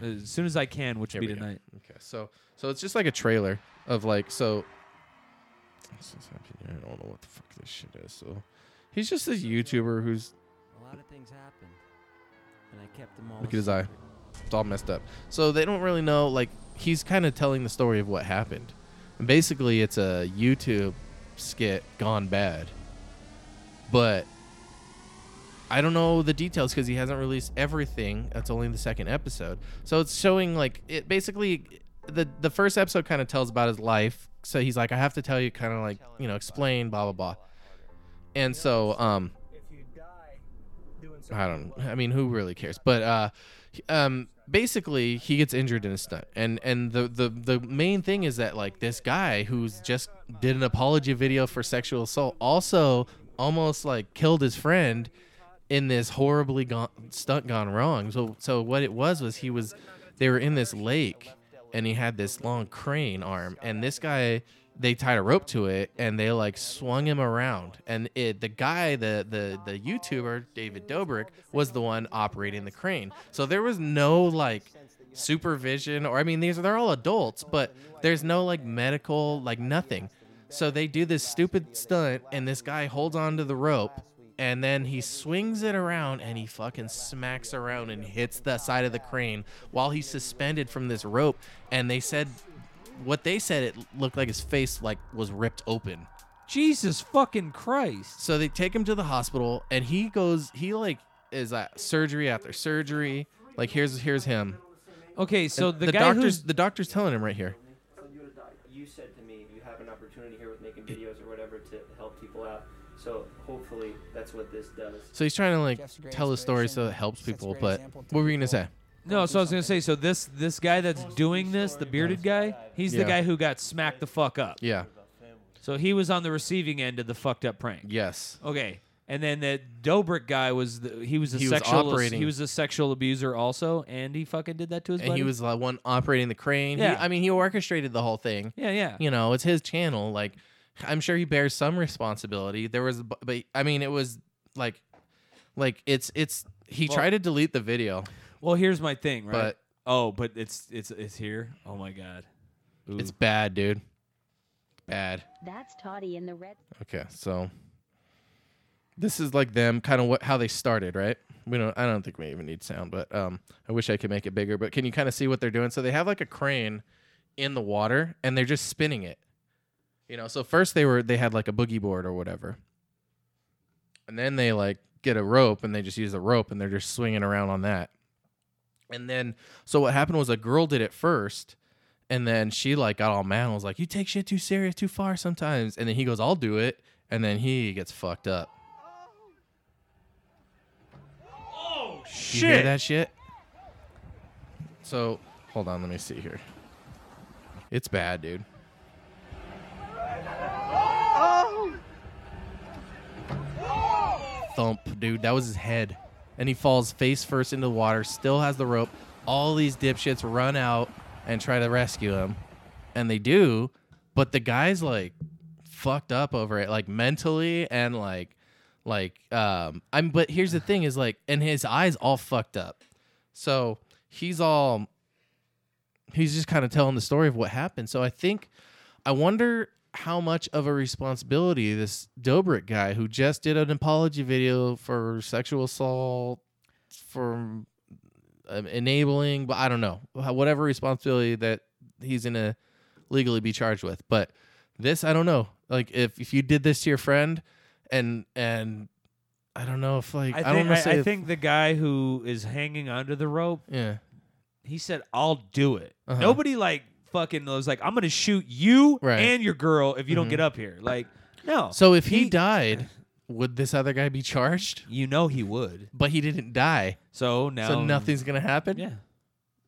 as soon as I can, which Here would be we go. tonight. Okay, so so it's just like a trailer of like so. This is happening here. I don't know what the fuck this shit is. So, he's just a YouTuber who's A lot of things happened, and I kept them all. Look at his eye. It's all messed up. So they don't really know. Like he's kind of telling the story of what happened. And basically, it's a YouTube skit gone bad. But I don't know the details because he hasn't released everything. That's only the second episode. So it's showing like it basically the the first episode kind of tells about his life. So he's like, I have to tell you, kind of like you know, explain, blah blah blah. And so um, I don't. I mean, who really cares? But uh, he- um, basically, he gets injured in a stunt, and and the the the main thing is that like this guy who's just did an apology video for sexual assault also almost like killed his friend in this horribly gone, stunt gone wrong. So so what it was was he was they were in this lake and he had this long crane arm and this guy they tied a rope to it and they like swung him around and it the guy the the the YouTuber David Dobrik was the one operating the crane. So there was no like supervision or I mean these they're all adults but there's no like medical like nothing. So they do this stupid stunt, and this guy holds onto the rope, and then he swings it around and he fucking smacks around and hits the side of the crane while he's suspended from this rope. And they said, what they said, it looked like his face like was ripped open. Jesus fucking Christ. So they take him to the hospital, and he goes, he like is at surgery after surgery. Like here's here's him. Okay, so And the guy doctor's who's- the doctor's telling him right here. You said to me you have an opportunity here with making videos or whatever to help people out. So hopefully that's what this does. So he's trying to Jeff's a like great tell his story so it helps people. But what were you gonna say? No, so I was gonna say, so this this guy that's doing this, the bearded guy, he's the Yeah. guy who got smacked the fuck up. Yeah. So he was on the receiving end of the fucked up prank. Yes. Okay, and then that Dobrik guy was the, he was a He was sexual operating- he was a sexual abuser also, and he fucking did that to his. and buddy? he was the one operating the crane. He- Yeah. I mean, he orchestrated the whole thing. Yeah, yeah. You know, it's his channel. Like, I'm sure he bears some responsibility. There was, bu- but I mean, it was like, like it's it's he Well- tried to delete the video. Well, here's my thing, right? But- oh, but it's it's it's here. Oh my god. Ooh. It's bad, dude. Bad. That's Toddy in the red. Okay, so this is like them kind of what how they started, right? We don't I don't think we even need sound, but um I wish I could make it bigger, but can you kind of see what they're doing? So they have like a crane in the water and they're just spinning it. You know, so first they were they had like a boogie board or whatever. And then they like get a rope and they just use a rope and they're just swinging around on that. And then so what happened was a girl did it first and then she like got all mad and was like, You take shit too serious, too far sometimes. And then he goes, I'll do it. And then he gets fucked up. Oh Do You hear that shit? So hold on, let me see here. It's bad, dude. thump, dude. That was his head. And he falls face first into the water, still has the rope. All these dipshits run out and try to rescue him. And they do, but the guy's like fucked up over it, like mentally and like like um I'm but here's the thing is like and his eyes all fucked up. So he's all he's just kind of telling the story of what happened. So I think I wonder how much of a responsibility this Dobrik guy who just did an apology video for sexual assault for um, enabling, but I don't know whatever responsibility that he's gonna legally be charged with. But this, I don't know. Like if if you did this to your friend, and and I don't know if like I, I don't think, know. I, I think the guy who is hanging onto the rope, yeah, he said, "I'll do it." Uh-huh. Nobody like fucking was like, "I'm gonna shoot you Right. and your girl if you Mhm. don't get up here." Like, no. So if he, died, would this other guy be charged? You know he would. But he didn't die. So now So nothing's gonna happen? Um, Yeah.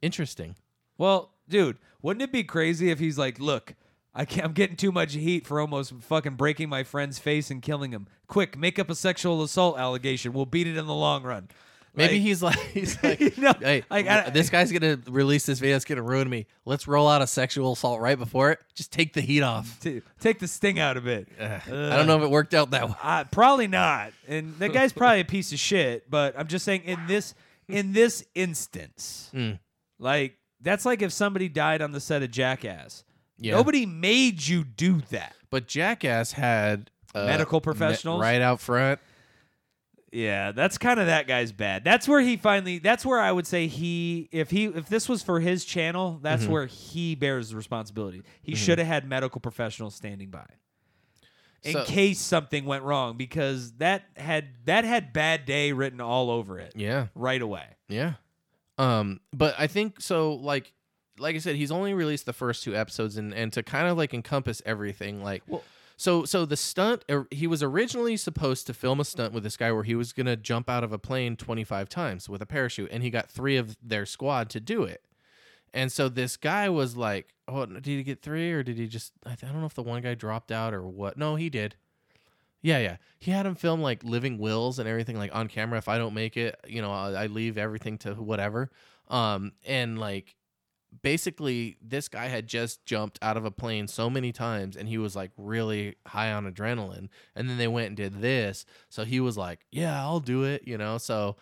Interesting. Well, dude, wouldn't it be crazy if he's like, "Look, I can't, I'm getting too much heat for almost fucking breaking my friend's face and killing him. Quick, make up a sexual assault allegation. We'll beat it in the long run." Maybe Like- he's like he's like, hey, uh, like, I- this guy's gonna release this video. It's gonna ruin me. Let's roll out a sexual assault right before it. Just take the heat off. T- take the sting out of it. I don't know if it worked out that way. Uh, probably not. And that guy's probably a piece of shit. But I'm just saying, in this in this instance, Mm. like that's like if somebody died on the set of Jackass. Yeah. Nobody made you do that. But Jackass had uh, Medical me- professionals? right out front. Yeah, that's kind of that guy's bad. That's where he finally. That's where I would say he, if he, if this was for his channel, that's Mhm. where he bears the responsibility. He Mhm. should have had medical professionals standing by in So- case something went wrong, because that had that had bad day written all over it. Yeah. right away. Yeah. Um, but I think so like like I said, he's only released the first two episodes and and to kind of like encompass everything, like so so the stunt er, he was originally supposed to film a stunt with this guy where he was gonna jump out of a plane twenty five times with a parachute, and he got three of their squad to do it. And so this guy was like, "Oh, did he get three, or did he just? I, th- I don't know if the one guy dropped out or what. No, he did. Yeah, yeah. He had him film like living wills and everything like on camera. If I don't make it, you know, I, I leave everything to whatever. Um, and like basically, this guy had just jumped out of a plane so many times, and he was like really high on adrenaline. And then they went and did this, so he was like, "Yeah, I'll do it," you know. So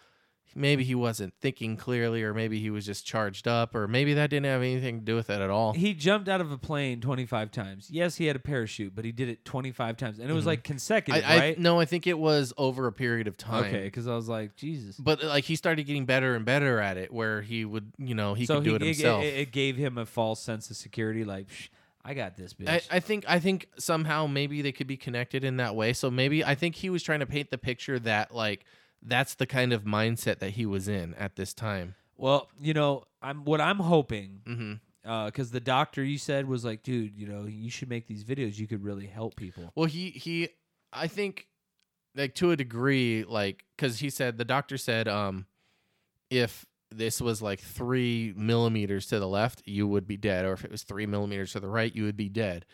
maybe he wasn't thinking clearly, or maybe he was just charged up, or maybe that didn't have anything to do with it at all. He jumped out of a plane 25 times. Yes, he had a parachute, but he did it 25 times, and it was Mhm. like consecutive, I, I, right? No, I think it was over a period of time. Okay, because I was like, Jesus. But uh, like he started getting better and better at it, where he would, you know, he so could do it himself. It, it gave him a false sense of security. Like, Psh, I got this, bitch. I, I think I think somehow maybe they could be connected in that way. So maybe I think he was trying to paint the picture that like that's the kind of mindset that he was in at this time. Mm-hmm. well, you know, I'm what I'm hoping uh, because the doctor you said was like, dude, you know, you should make these videos. You could really help people. Well, he he, I think, like to a degree, like because he said the doctor said, um, if this was like three millimeters to the left, you would be dead, or if it was three millimeters to the right, you would be dead.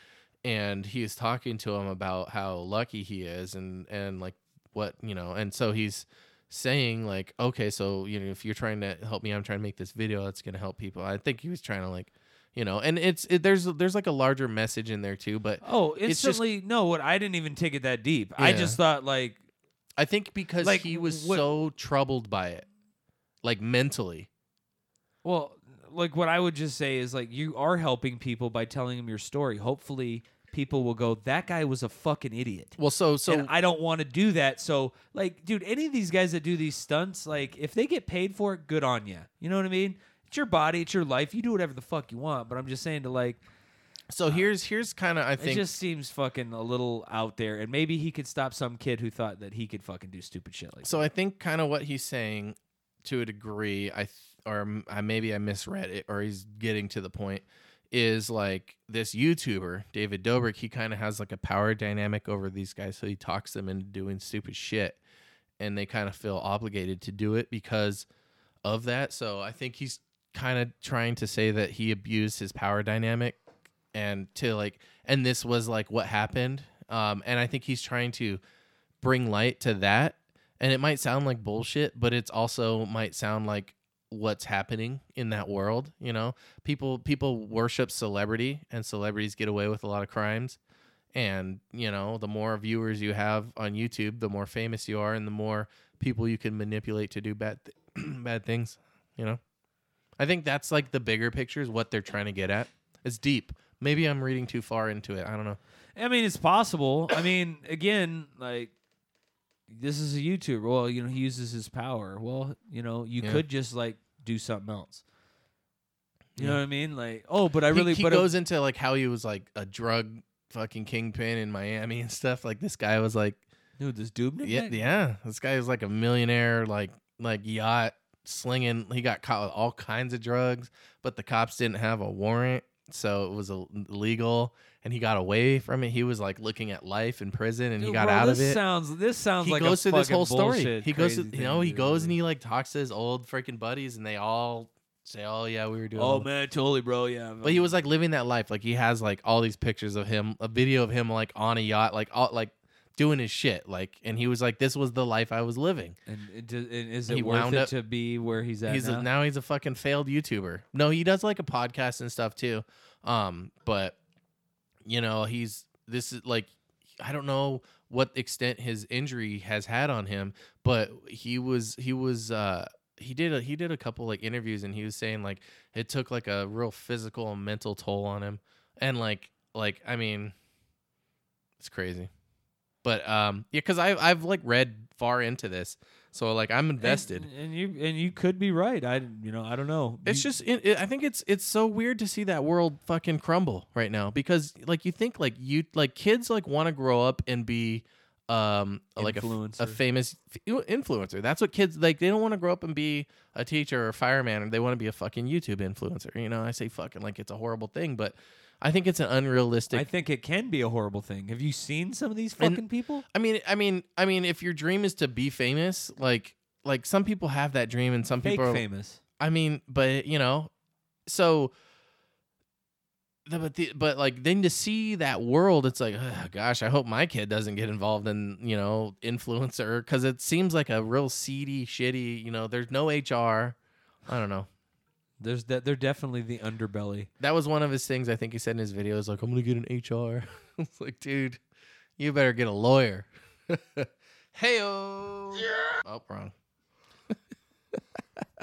And he is talking to him about how lucky he is, and and like what you know, and so he's saying like, okay, so you know, if you're trying to help me, I'm trying to make this video that's gonna help people. I think he was trying to like. You know, and it's it, there's there's like a larger message in there too, but Oh, it's just instantly! no, what I didn't even take it that deep. I Yeah. just thought like, I think because Like, he was what- so troubled by it, like mentally. well, like what I would just say is like, you are helping people by telling them your story. Hopefully, people will go, that guy was a fucking idiot. Well, so so and I don't want to do that. So, like, dude, any of these guys that do these stunts, like, if they get paid for it, good on you. You know what I mean? It's your body, it's your life. You do whatever the fuck you want. But I'm just saying to like, so here's here's kind of I it think just seems fucking a little out there. And maybe he could stop some kid who thought that he could fucking do stupid shit like. so I think kind of what he's saying to a degree I th- or m- I maybe I misread it or he's getting to the point is like this YouTuber David Dobrik he kind of has like a power dynamic over these guys so he talks them into doing stupid shit and they kind of feel obligated to do it because of that so I think he's kind of trying to say that he abused his power dynamic and to like and this was like what happened um and I think he's trying to bring light to that and it might sound like bullshit, but it's also might sound like what's happening in that world. You know, people people worship celebrity, and celebrities get away with a lot of crimes. And you know, the more viewers you have on YouTube, the more famous you are, and the more people you can manipulate to do bad th- bad things. You know, I think that's like the bigger picture is what they're trying to get at. It's deep. Maybe I'm reading too far into it. I don't know. I mean, it's possible. I mean, again, like this is a YouTuber. Well, you know, he uses his power. Well, you know, you Yeah. could just like do something else. You know Yeah. what I mean? Like, oh, but I He- really he, but goes into like how he was like a drug fucking kingpin in Miami and stuff. Like this guy was like, dude, this dude, yeah, yeah, this guy was like a millionaire, like like yacht slinging. He got caught with all kinds of drugs, but the cops didn't have a warrant, so it was ill- illegal, and he got away from it. He was like looking at life in prison, and he Dude, got bro, out of this it. Sounds this sounds he like goes a through this fucking whole story. bullshit, He goes, to, crazy you know, thing, he dude. goes and he like talks to his old freaking buddies, and they all say, "Oh yeah, we were doing." all Oh man, totally, bro. Yeah, but he was like living that life. Like he has like all these pictures of him, a video of him like on a yacht, like all like doing his shit. Like and he was like, this was the life I was living. And, it d- and is He it worth wound it up- to be where he's at he's now? A, now he's a fucking failed YouTuber. No, he does like a podcast and stuff too. Um, but you know he's this is like I don't know what extent his injury has had on him, but he was he was uh he did a, he did a couple like interviews and he was saying like it took like a real physical and mental toll on him and like like I mean it's crazy. But um yeah cuz I I've like read far into this. So like I'm invested. And, and you and you could be right. I you know I don't know. It's You- just it, it, I think it's it's so weird to see that world fucking crumble right now because like you think like you like kids like want to grow up and be um like a, f- a Influencer. famous f- influencer. That's what kids like they don't want to grow up and be a teacher or a fireman or they want to be a fucking YouTube influencer. You know, I say fucking like it's a horrible thing, but I think it's an unrealistic I think it can be a horrible thing. Have you seen some of these And- fucking people? I mean, I mean, I mean, if your dream is to be famous, like, like some people have that dream, and some Fake people are famous. I mean, but you know, so. the- But the, but like then to see that world, it's like, oh, gosh, I hope my kid doesn't get involved in you know influencer because it seems like a real seedy, shitty. You know, there's no HR. I don't know. There's that they're definitely the underbelly. That was one of his things. I think he said in his videos, like, I'm gonna get an HR. it's like, dude, you better get a lawyer. Hey, oh. Oh, wrong.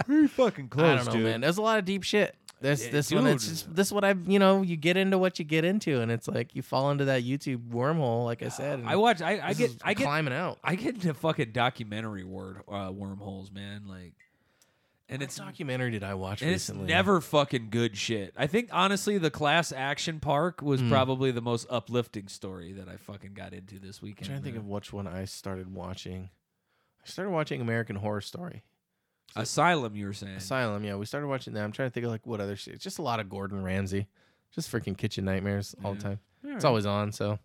Pretty fucking close, I don't know, dude. man. There's a lot of deep shit. There's Yeah, this one. It's dude. just this what I've you know you get into what you get into, and it's like you fall into that YouTube wormhole, like I said. and I watch. I, I Mm. this get. is I get climbing out. I get into fucking documentary word uh, wormholes, man. Like, and it's documentary did I watch and recently? It's never fucking good shit. I think honestly, the class action park was Mm. probably the most uplifting story that I fucking got into this I'm weekend. trying to think man. of which one I started watching. I started watching American Horror Story. Asylum. You were saying Asylum, yeah. We started watching that. I'm trying to think of like what other shit. It's just a lot of Gordon Ramsay. Just freaking kitchen nightmares all the Yeah. time. All It's right. always on, so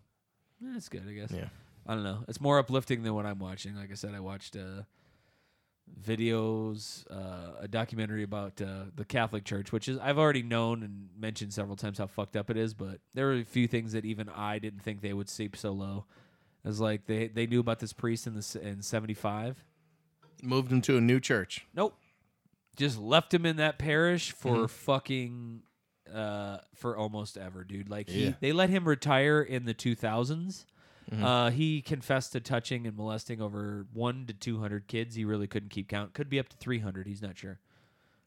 That's Eh, good, I guess. Yeah. I don't know. It's more uplifting than what I'm watching. Like I said, I watched uh, videos, uh, a documentary about uh, the Catholic Church, which is I've already known and mentioned several times how fucked up it is, but there were a few things that even I didn't think they would seep so low. It was like they they knew about this priest in the s- in '75. moved him to a new church. Nope. Just left him in that parish for Mm-hmm. fucking uh for almost ever, dude. Like Yeah. he they let him retire in the 2000s. Mhm. Uh he confessed to touching and molesting over 1 to 200 kids. He really couldn't keep count. Could be up to 300, he's not sure.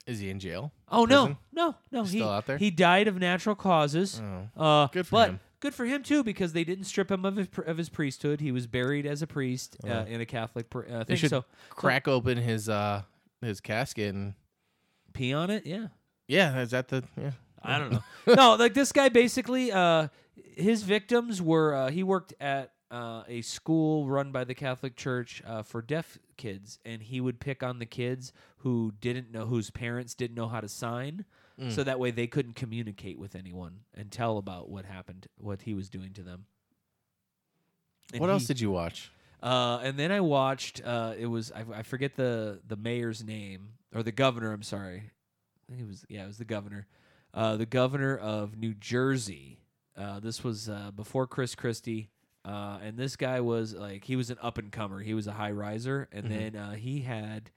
Is he in jail? Oh Prison? no, no, no. He's he, still out there? He died of natural causes. Oh. Uh, Good for but him. Good for him too, because they didn't strip him of his, pr- of his priesthood. He was buried as a priest Oh. uh, in a Catholic pr- uh, They thing. should So crack open his uh his casket and pee on it. Yeah. yeah, is that the yeah? I don't know. no, like this guy basically, uh, his victims were uh, he worked at uh, a school run by the Catholic Church uh, for deaf kids, and he would pick on the kids who didn't know whose parents didn't know how to sign, Mm. so that way they couldn't communicate with anyone and tell about what happened, what he was doing to them. And What else he- did you watch? uh, and then I watched. Uh, it was I, I forget the the mayor's name or the governor. I'm sorry. I think it was yeah, it was the governor. Uh, the governor of New Jersey. Uh, this was uh, before Chris Christie. Uh, and this guy was like he was an up and comer. He was a high riser, and Mhm. then uh, he had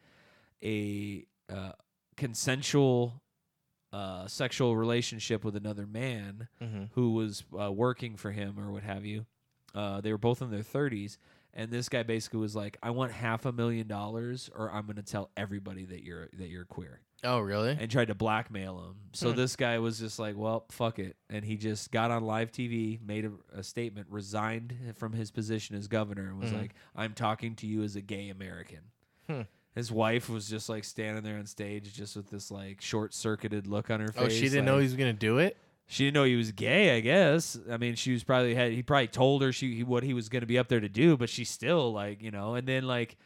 a uh, consensual uh, sexual relationship with another man Mhm. who was uh, working for him or what have you. Uh, they were both in their 30s, and this guy basically was like, "I want half a million dollars, or I'm going to tell everybody that you're that you're queer." Oh, really? And tried to blackmail him. So Hmm. this guy was just like, "Well, fuck it," and he just got on live TV, made a, a statement, resigned from his position as governor, and was Mhm. like, "I'm talking to you as a gay American." Hmm. His wife was just like standing there on stage, just with this like short-circuited look on her face. Oh, she didn't know like- he was gonna do it. she didn't know he was gay. I guess. I mean, she was probably had he probably told her she he, what he was going to be up there to do, but she still like you know. And then like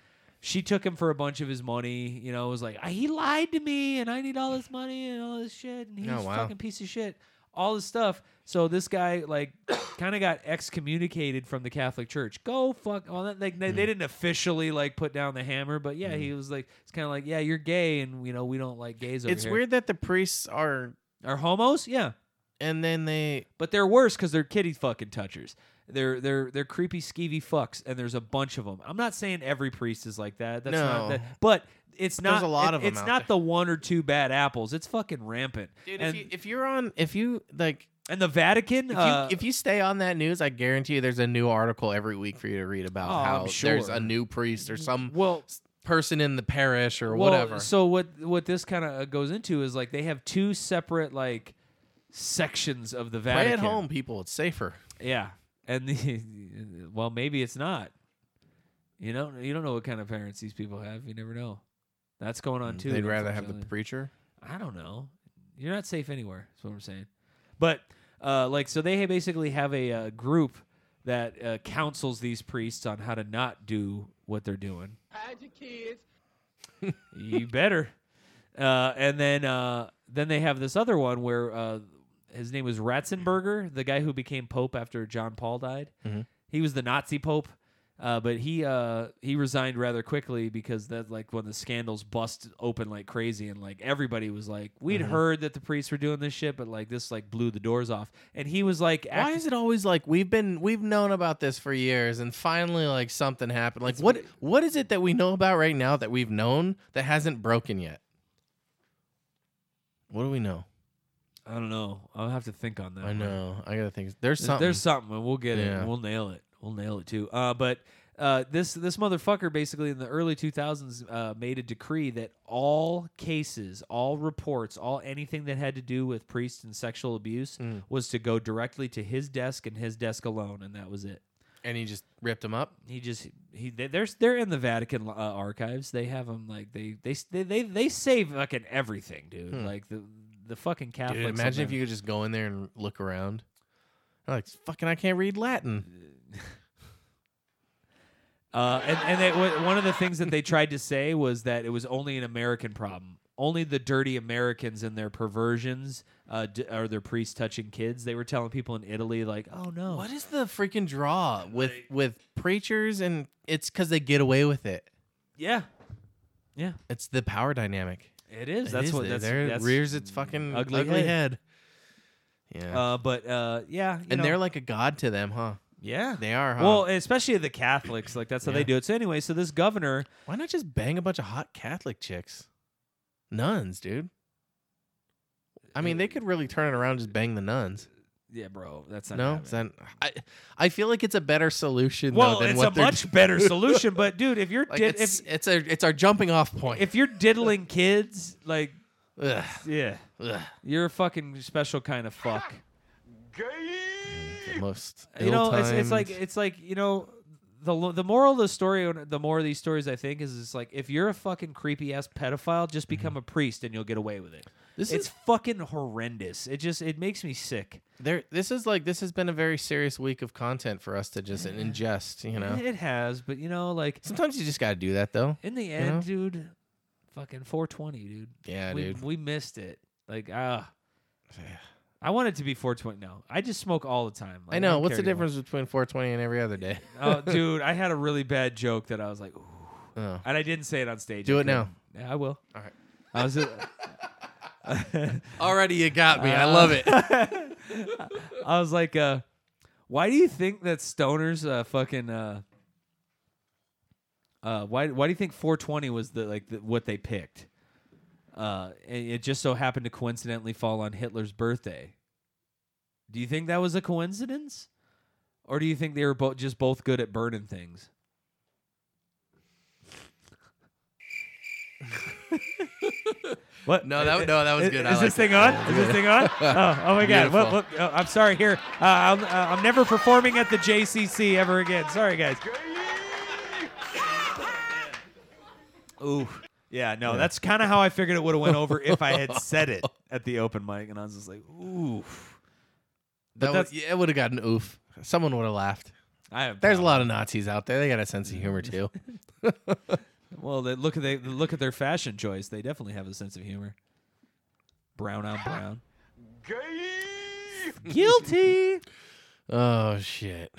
she took him for a bunch of his money. You know, was like "Ah, he lied to me, and I need all this money and all this shit, and he's Oh, a wow. fucking piece of shit. All this stuff. So this guy like kind of got excommunicated from the Catholic Church. Go fuck. Well, that, like they, Hmm. they didn't officially like put down the hammer, but yeah, he was like it's kind of like yeah, you're gay, and you know we don't like gays. Over It's here. weird that the priests are are homos. Yeah, and then they but they're worse because they're kitty fucking touchers. They're they're they're creepy skeevy fucks, and there's a bunch of them. I'm not saying every priest is like that. That's not No. that, but it's There's not a lot it- of 'em It's out not the one or two bad apples. It's fucking rampant. Dude, and, if, you, if you're on, if you like, and the Vatican, if you, uh, if you stay on that news, I guarantee you, there's a new article every week for you to read about Oh, I'm how there's sure. a new priest or some well person in the parish or Well, whatever. So what what this kind of goes into is like they have two separate like sections of the Pray Vatican. at home, people. It's safer. Yeah, and the, well, maybe it's not. You know, you don't know what kind of parents these people have. You never know. That's going on too. Mm, They'd that's what rather I'm have the telling you. preacher. I don't know. You're not safe anywhere. That's what I'm saying. But uh, like, so they basically have a uh, group that uh, counsels these priests on how to not do what they're doing. Hide your kids. you better. Uh, and then uh, then they have this other one where uh, his name was Ratzenberger, the guy who became pope after John Paul died. Mhm. He was the Nazi pope, uh, but he uh, he resigned rather quickly because that like when the scandals bust open like crazy and like everybody was like we'd Mhm. heard that the priests were doing this shit, but like this like blew the doors off, and he was like Why is it always like we've been we've known about this for years and finally like something happened? Like what what is it that we know about right now that we've known that hasn't broken yet? What do we know? I don't know. I'll have to think on that. I one. know. I gotta think. There's Th- something. There's something, and we'll get it. Yeah. and We'll nail it. We'll nail it too. Uh, but uh, this this motherfucker basically in the early 2000s uh, made a decree that all cases, all reports, all anything that had to do with priests and sexual abuse Mm. was to go directly to his desk and his desk alone, and that was it. And he just ripped him up. He just he they- they're they're in the Vatican uh, archives. They have them like they they they they, they save fucking everything, dude. Hmm. Like the the fucking Catholics. Dude, on imagine there. if you could just go in there and look around. I'm like fucking, I can't read Latin. Uh, and and they, wa- one of the things that they tried to say was that it was only an American problem. Only the dirty Americans and their perversions, uh, d- or their priests touching kids. They were telling people in Italy, like, "Oh no, What is the freaking draw with with preachers and it's because they get away with it. yeah, yeah, It's the power dynamic. it is." It that's is what there. that's, There it that's rears its fucking ugly, head. Yeah, Uh, but uh, yeah, you and know. they're like a god to them, huh? yeah, They are. Huh? well, especially the Catholics, like that's how they Yeah. do it. So anyway, so this governor, why not just bang a bunch of hot Catholic chicks, nuns, dude? I mean, Uh, they could really turn it around, and just bang the nuns. yeah, bro, that's not No, happening. Is that, I I feel like it's a better solution. well, though, than it's what a they're much doing. better solution. But dude, if you're Like, did, it's, if it's a it's our jumping off point. if you're diddling kids, like Ugh. yeah, Ugh. you're a fucking special kind of fuck. The most you know, it's, ill-timed- it's like it's like you know the lo- the moral of the story, and the more of these stories I think is it's like if you're a fucking creepy ass pedophile, just become a priest and you'll get away with it. Mm-hmm. This it's is- fucking horrendous. It just it makes me sick. there. This is like this has been a very serious week of content for us to just ingest. You know, It has, but you know, like sometimes you just gotta do that though. in the you end, know? dude, fucking 420, dude. Yeah, we, dude. we missed it. Like ah. I want it to be 420. No, I just smoke all the time. Like, I don't know. What's care the anymore. difference between 420 and every other day? oh, dude, I had a really bad joke that I was like, Ooh. Oh. and I didn't say it on stage. Do I it now. couldn't. Yeah, I will. All right. I was. Already, you got me. I Uh, love it. I was like, uh, Why do you think that stoners uh, fucking uh, uh, why why do you think 420 was the like the, what they picked? Uh, it, it just so happened to coincidentally fall on Hitler's birthday. Do you think that was a coincidence, or do you think they were both just both good at burning things? What? No, that- no, that was Is- good. I Is like this that. thing on? That Is was this good. thing on? Oh, oh my God! What, Beautiful. what, oh, I'm sorry. Here, uh, I'm, uh, I'm never performing at the JCC ever again. Sorry, guys. Ooh, yeah, no, Yeah. that's kind of how I figured it would have went over if I had said it at the open mic, and I was just like, ooh. That would- that's- yeah, it would have gotten oof. Someone would have laughed. I have There's a lot of Nazis out there. They got a sense of humor too. Well, they look at they look at their fashion choice. They definitely have a sense of humor. Brown on brown. Guilty. oh shit.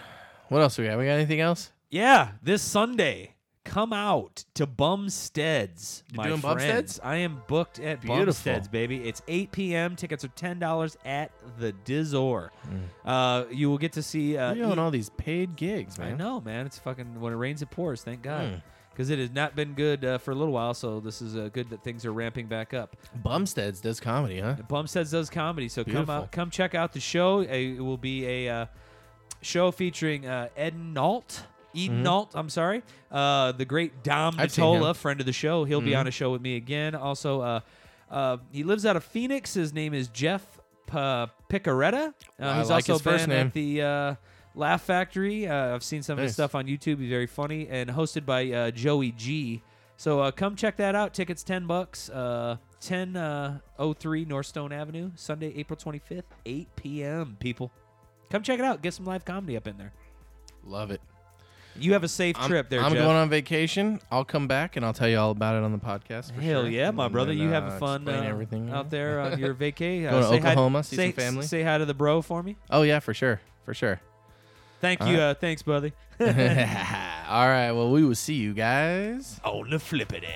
What else do we have? We got anything else? Yeah, this Sunday, come out to Bumsteads, You're my doing friends. Bumsteads? I am booked at Beautiful. Bumsteads, baby. It's 8 p.m. Tickets are ten dollars at the Dizor. Mm. Uh, you will get to see. Uh, You're doing E- all these paid gigs, I man. know, man. It's fucking when it rains, it pours. Thank Hmm. God, because it has not been good uh, for a little while. So this is uh, good that things are ramping back up. Bumsteads does comedy, huh? Bumsteads does comedy, so come Beautiful. out, come check out the show. Uh, It will be a uh, show featuring uh, Ed Nault, Ed Mhm. Nault. I'm sorry, uh, the great Dom I've seen him. Matola, friend of the show. He'll be Mhm. on a show with me again. Also, uh, uh, he lives out of Phoenix. His name is Jeff P- Picaretta. Uh, I he's like also his first been name. at the uh, Laugh Factory. Uh, I've seen some of his Nice. stuff on YouTube. He's very funny and hosted by uh, Joey G. So uh, come check that out. Tickets ten bucks. Uh, ten uh, oh three North Stone Avenue, Sunday, April twenty fifth, eight p.m. People, come check it out. Get some live comedy up in there. Love it. You have a safe trip there. I'm Jeff. going on vacation. I'll come back and I'll tell you all about it on the podcast. For Hell sure. yeah, my And brother! then, you uh, having fun uh, explain everything out there on your vacay? Uh, Go to say hi- Oklahoma, see say- some family. Say hi to the bro for me. Oh yeah, for sure, for sure. Thank All you. right. Uh, thanks, buddy. All right. Well, we will see you guys on the flippity.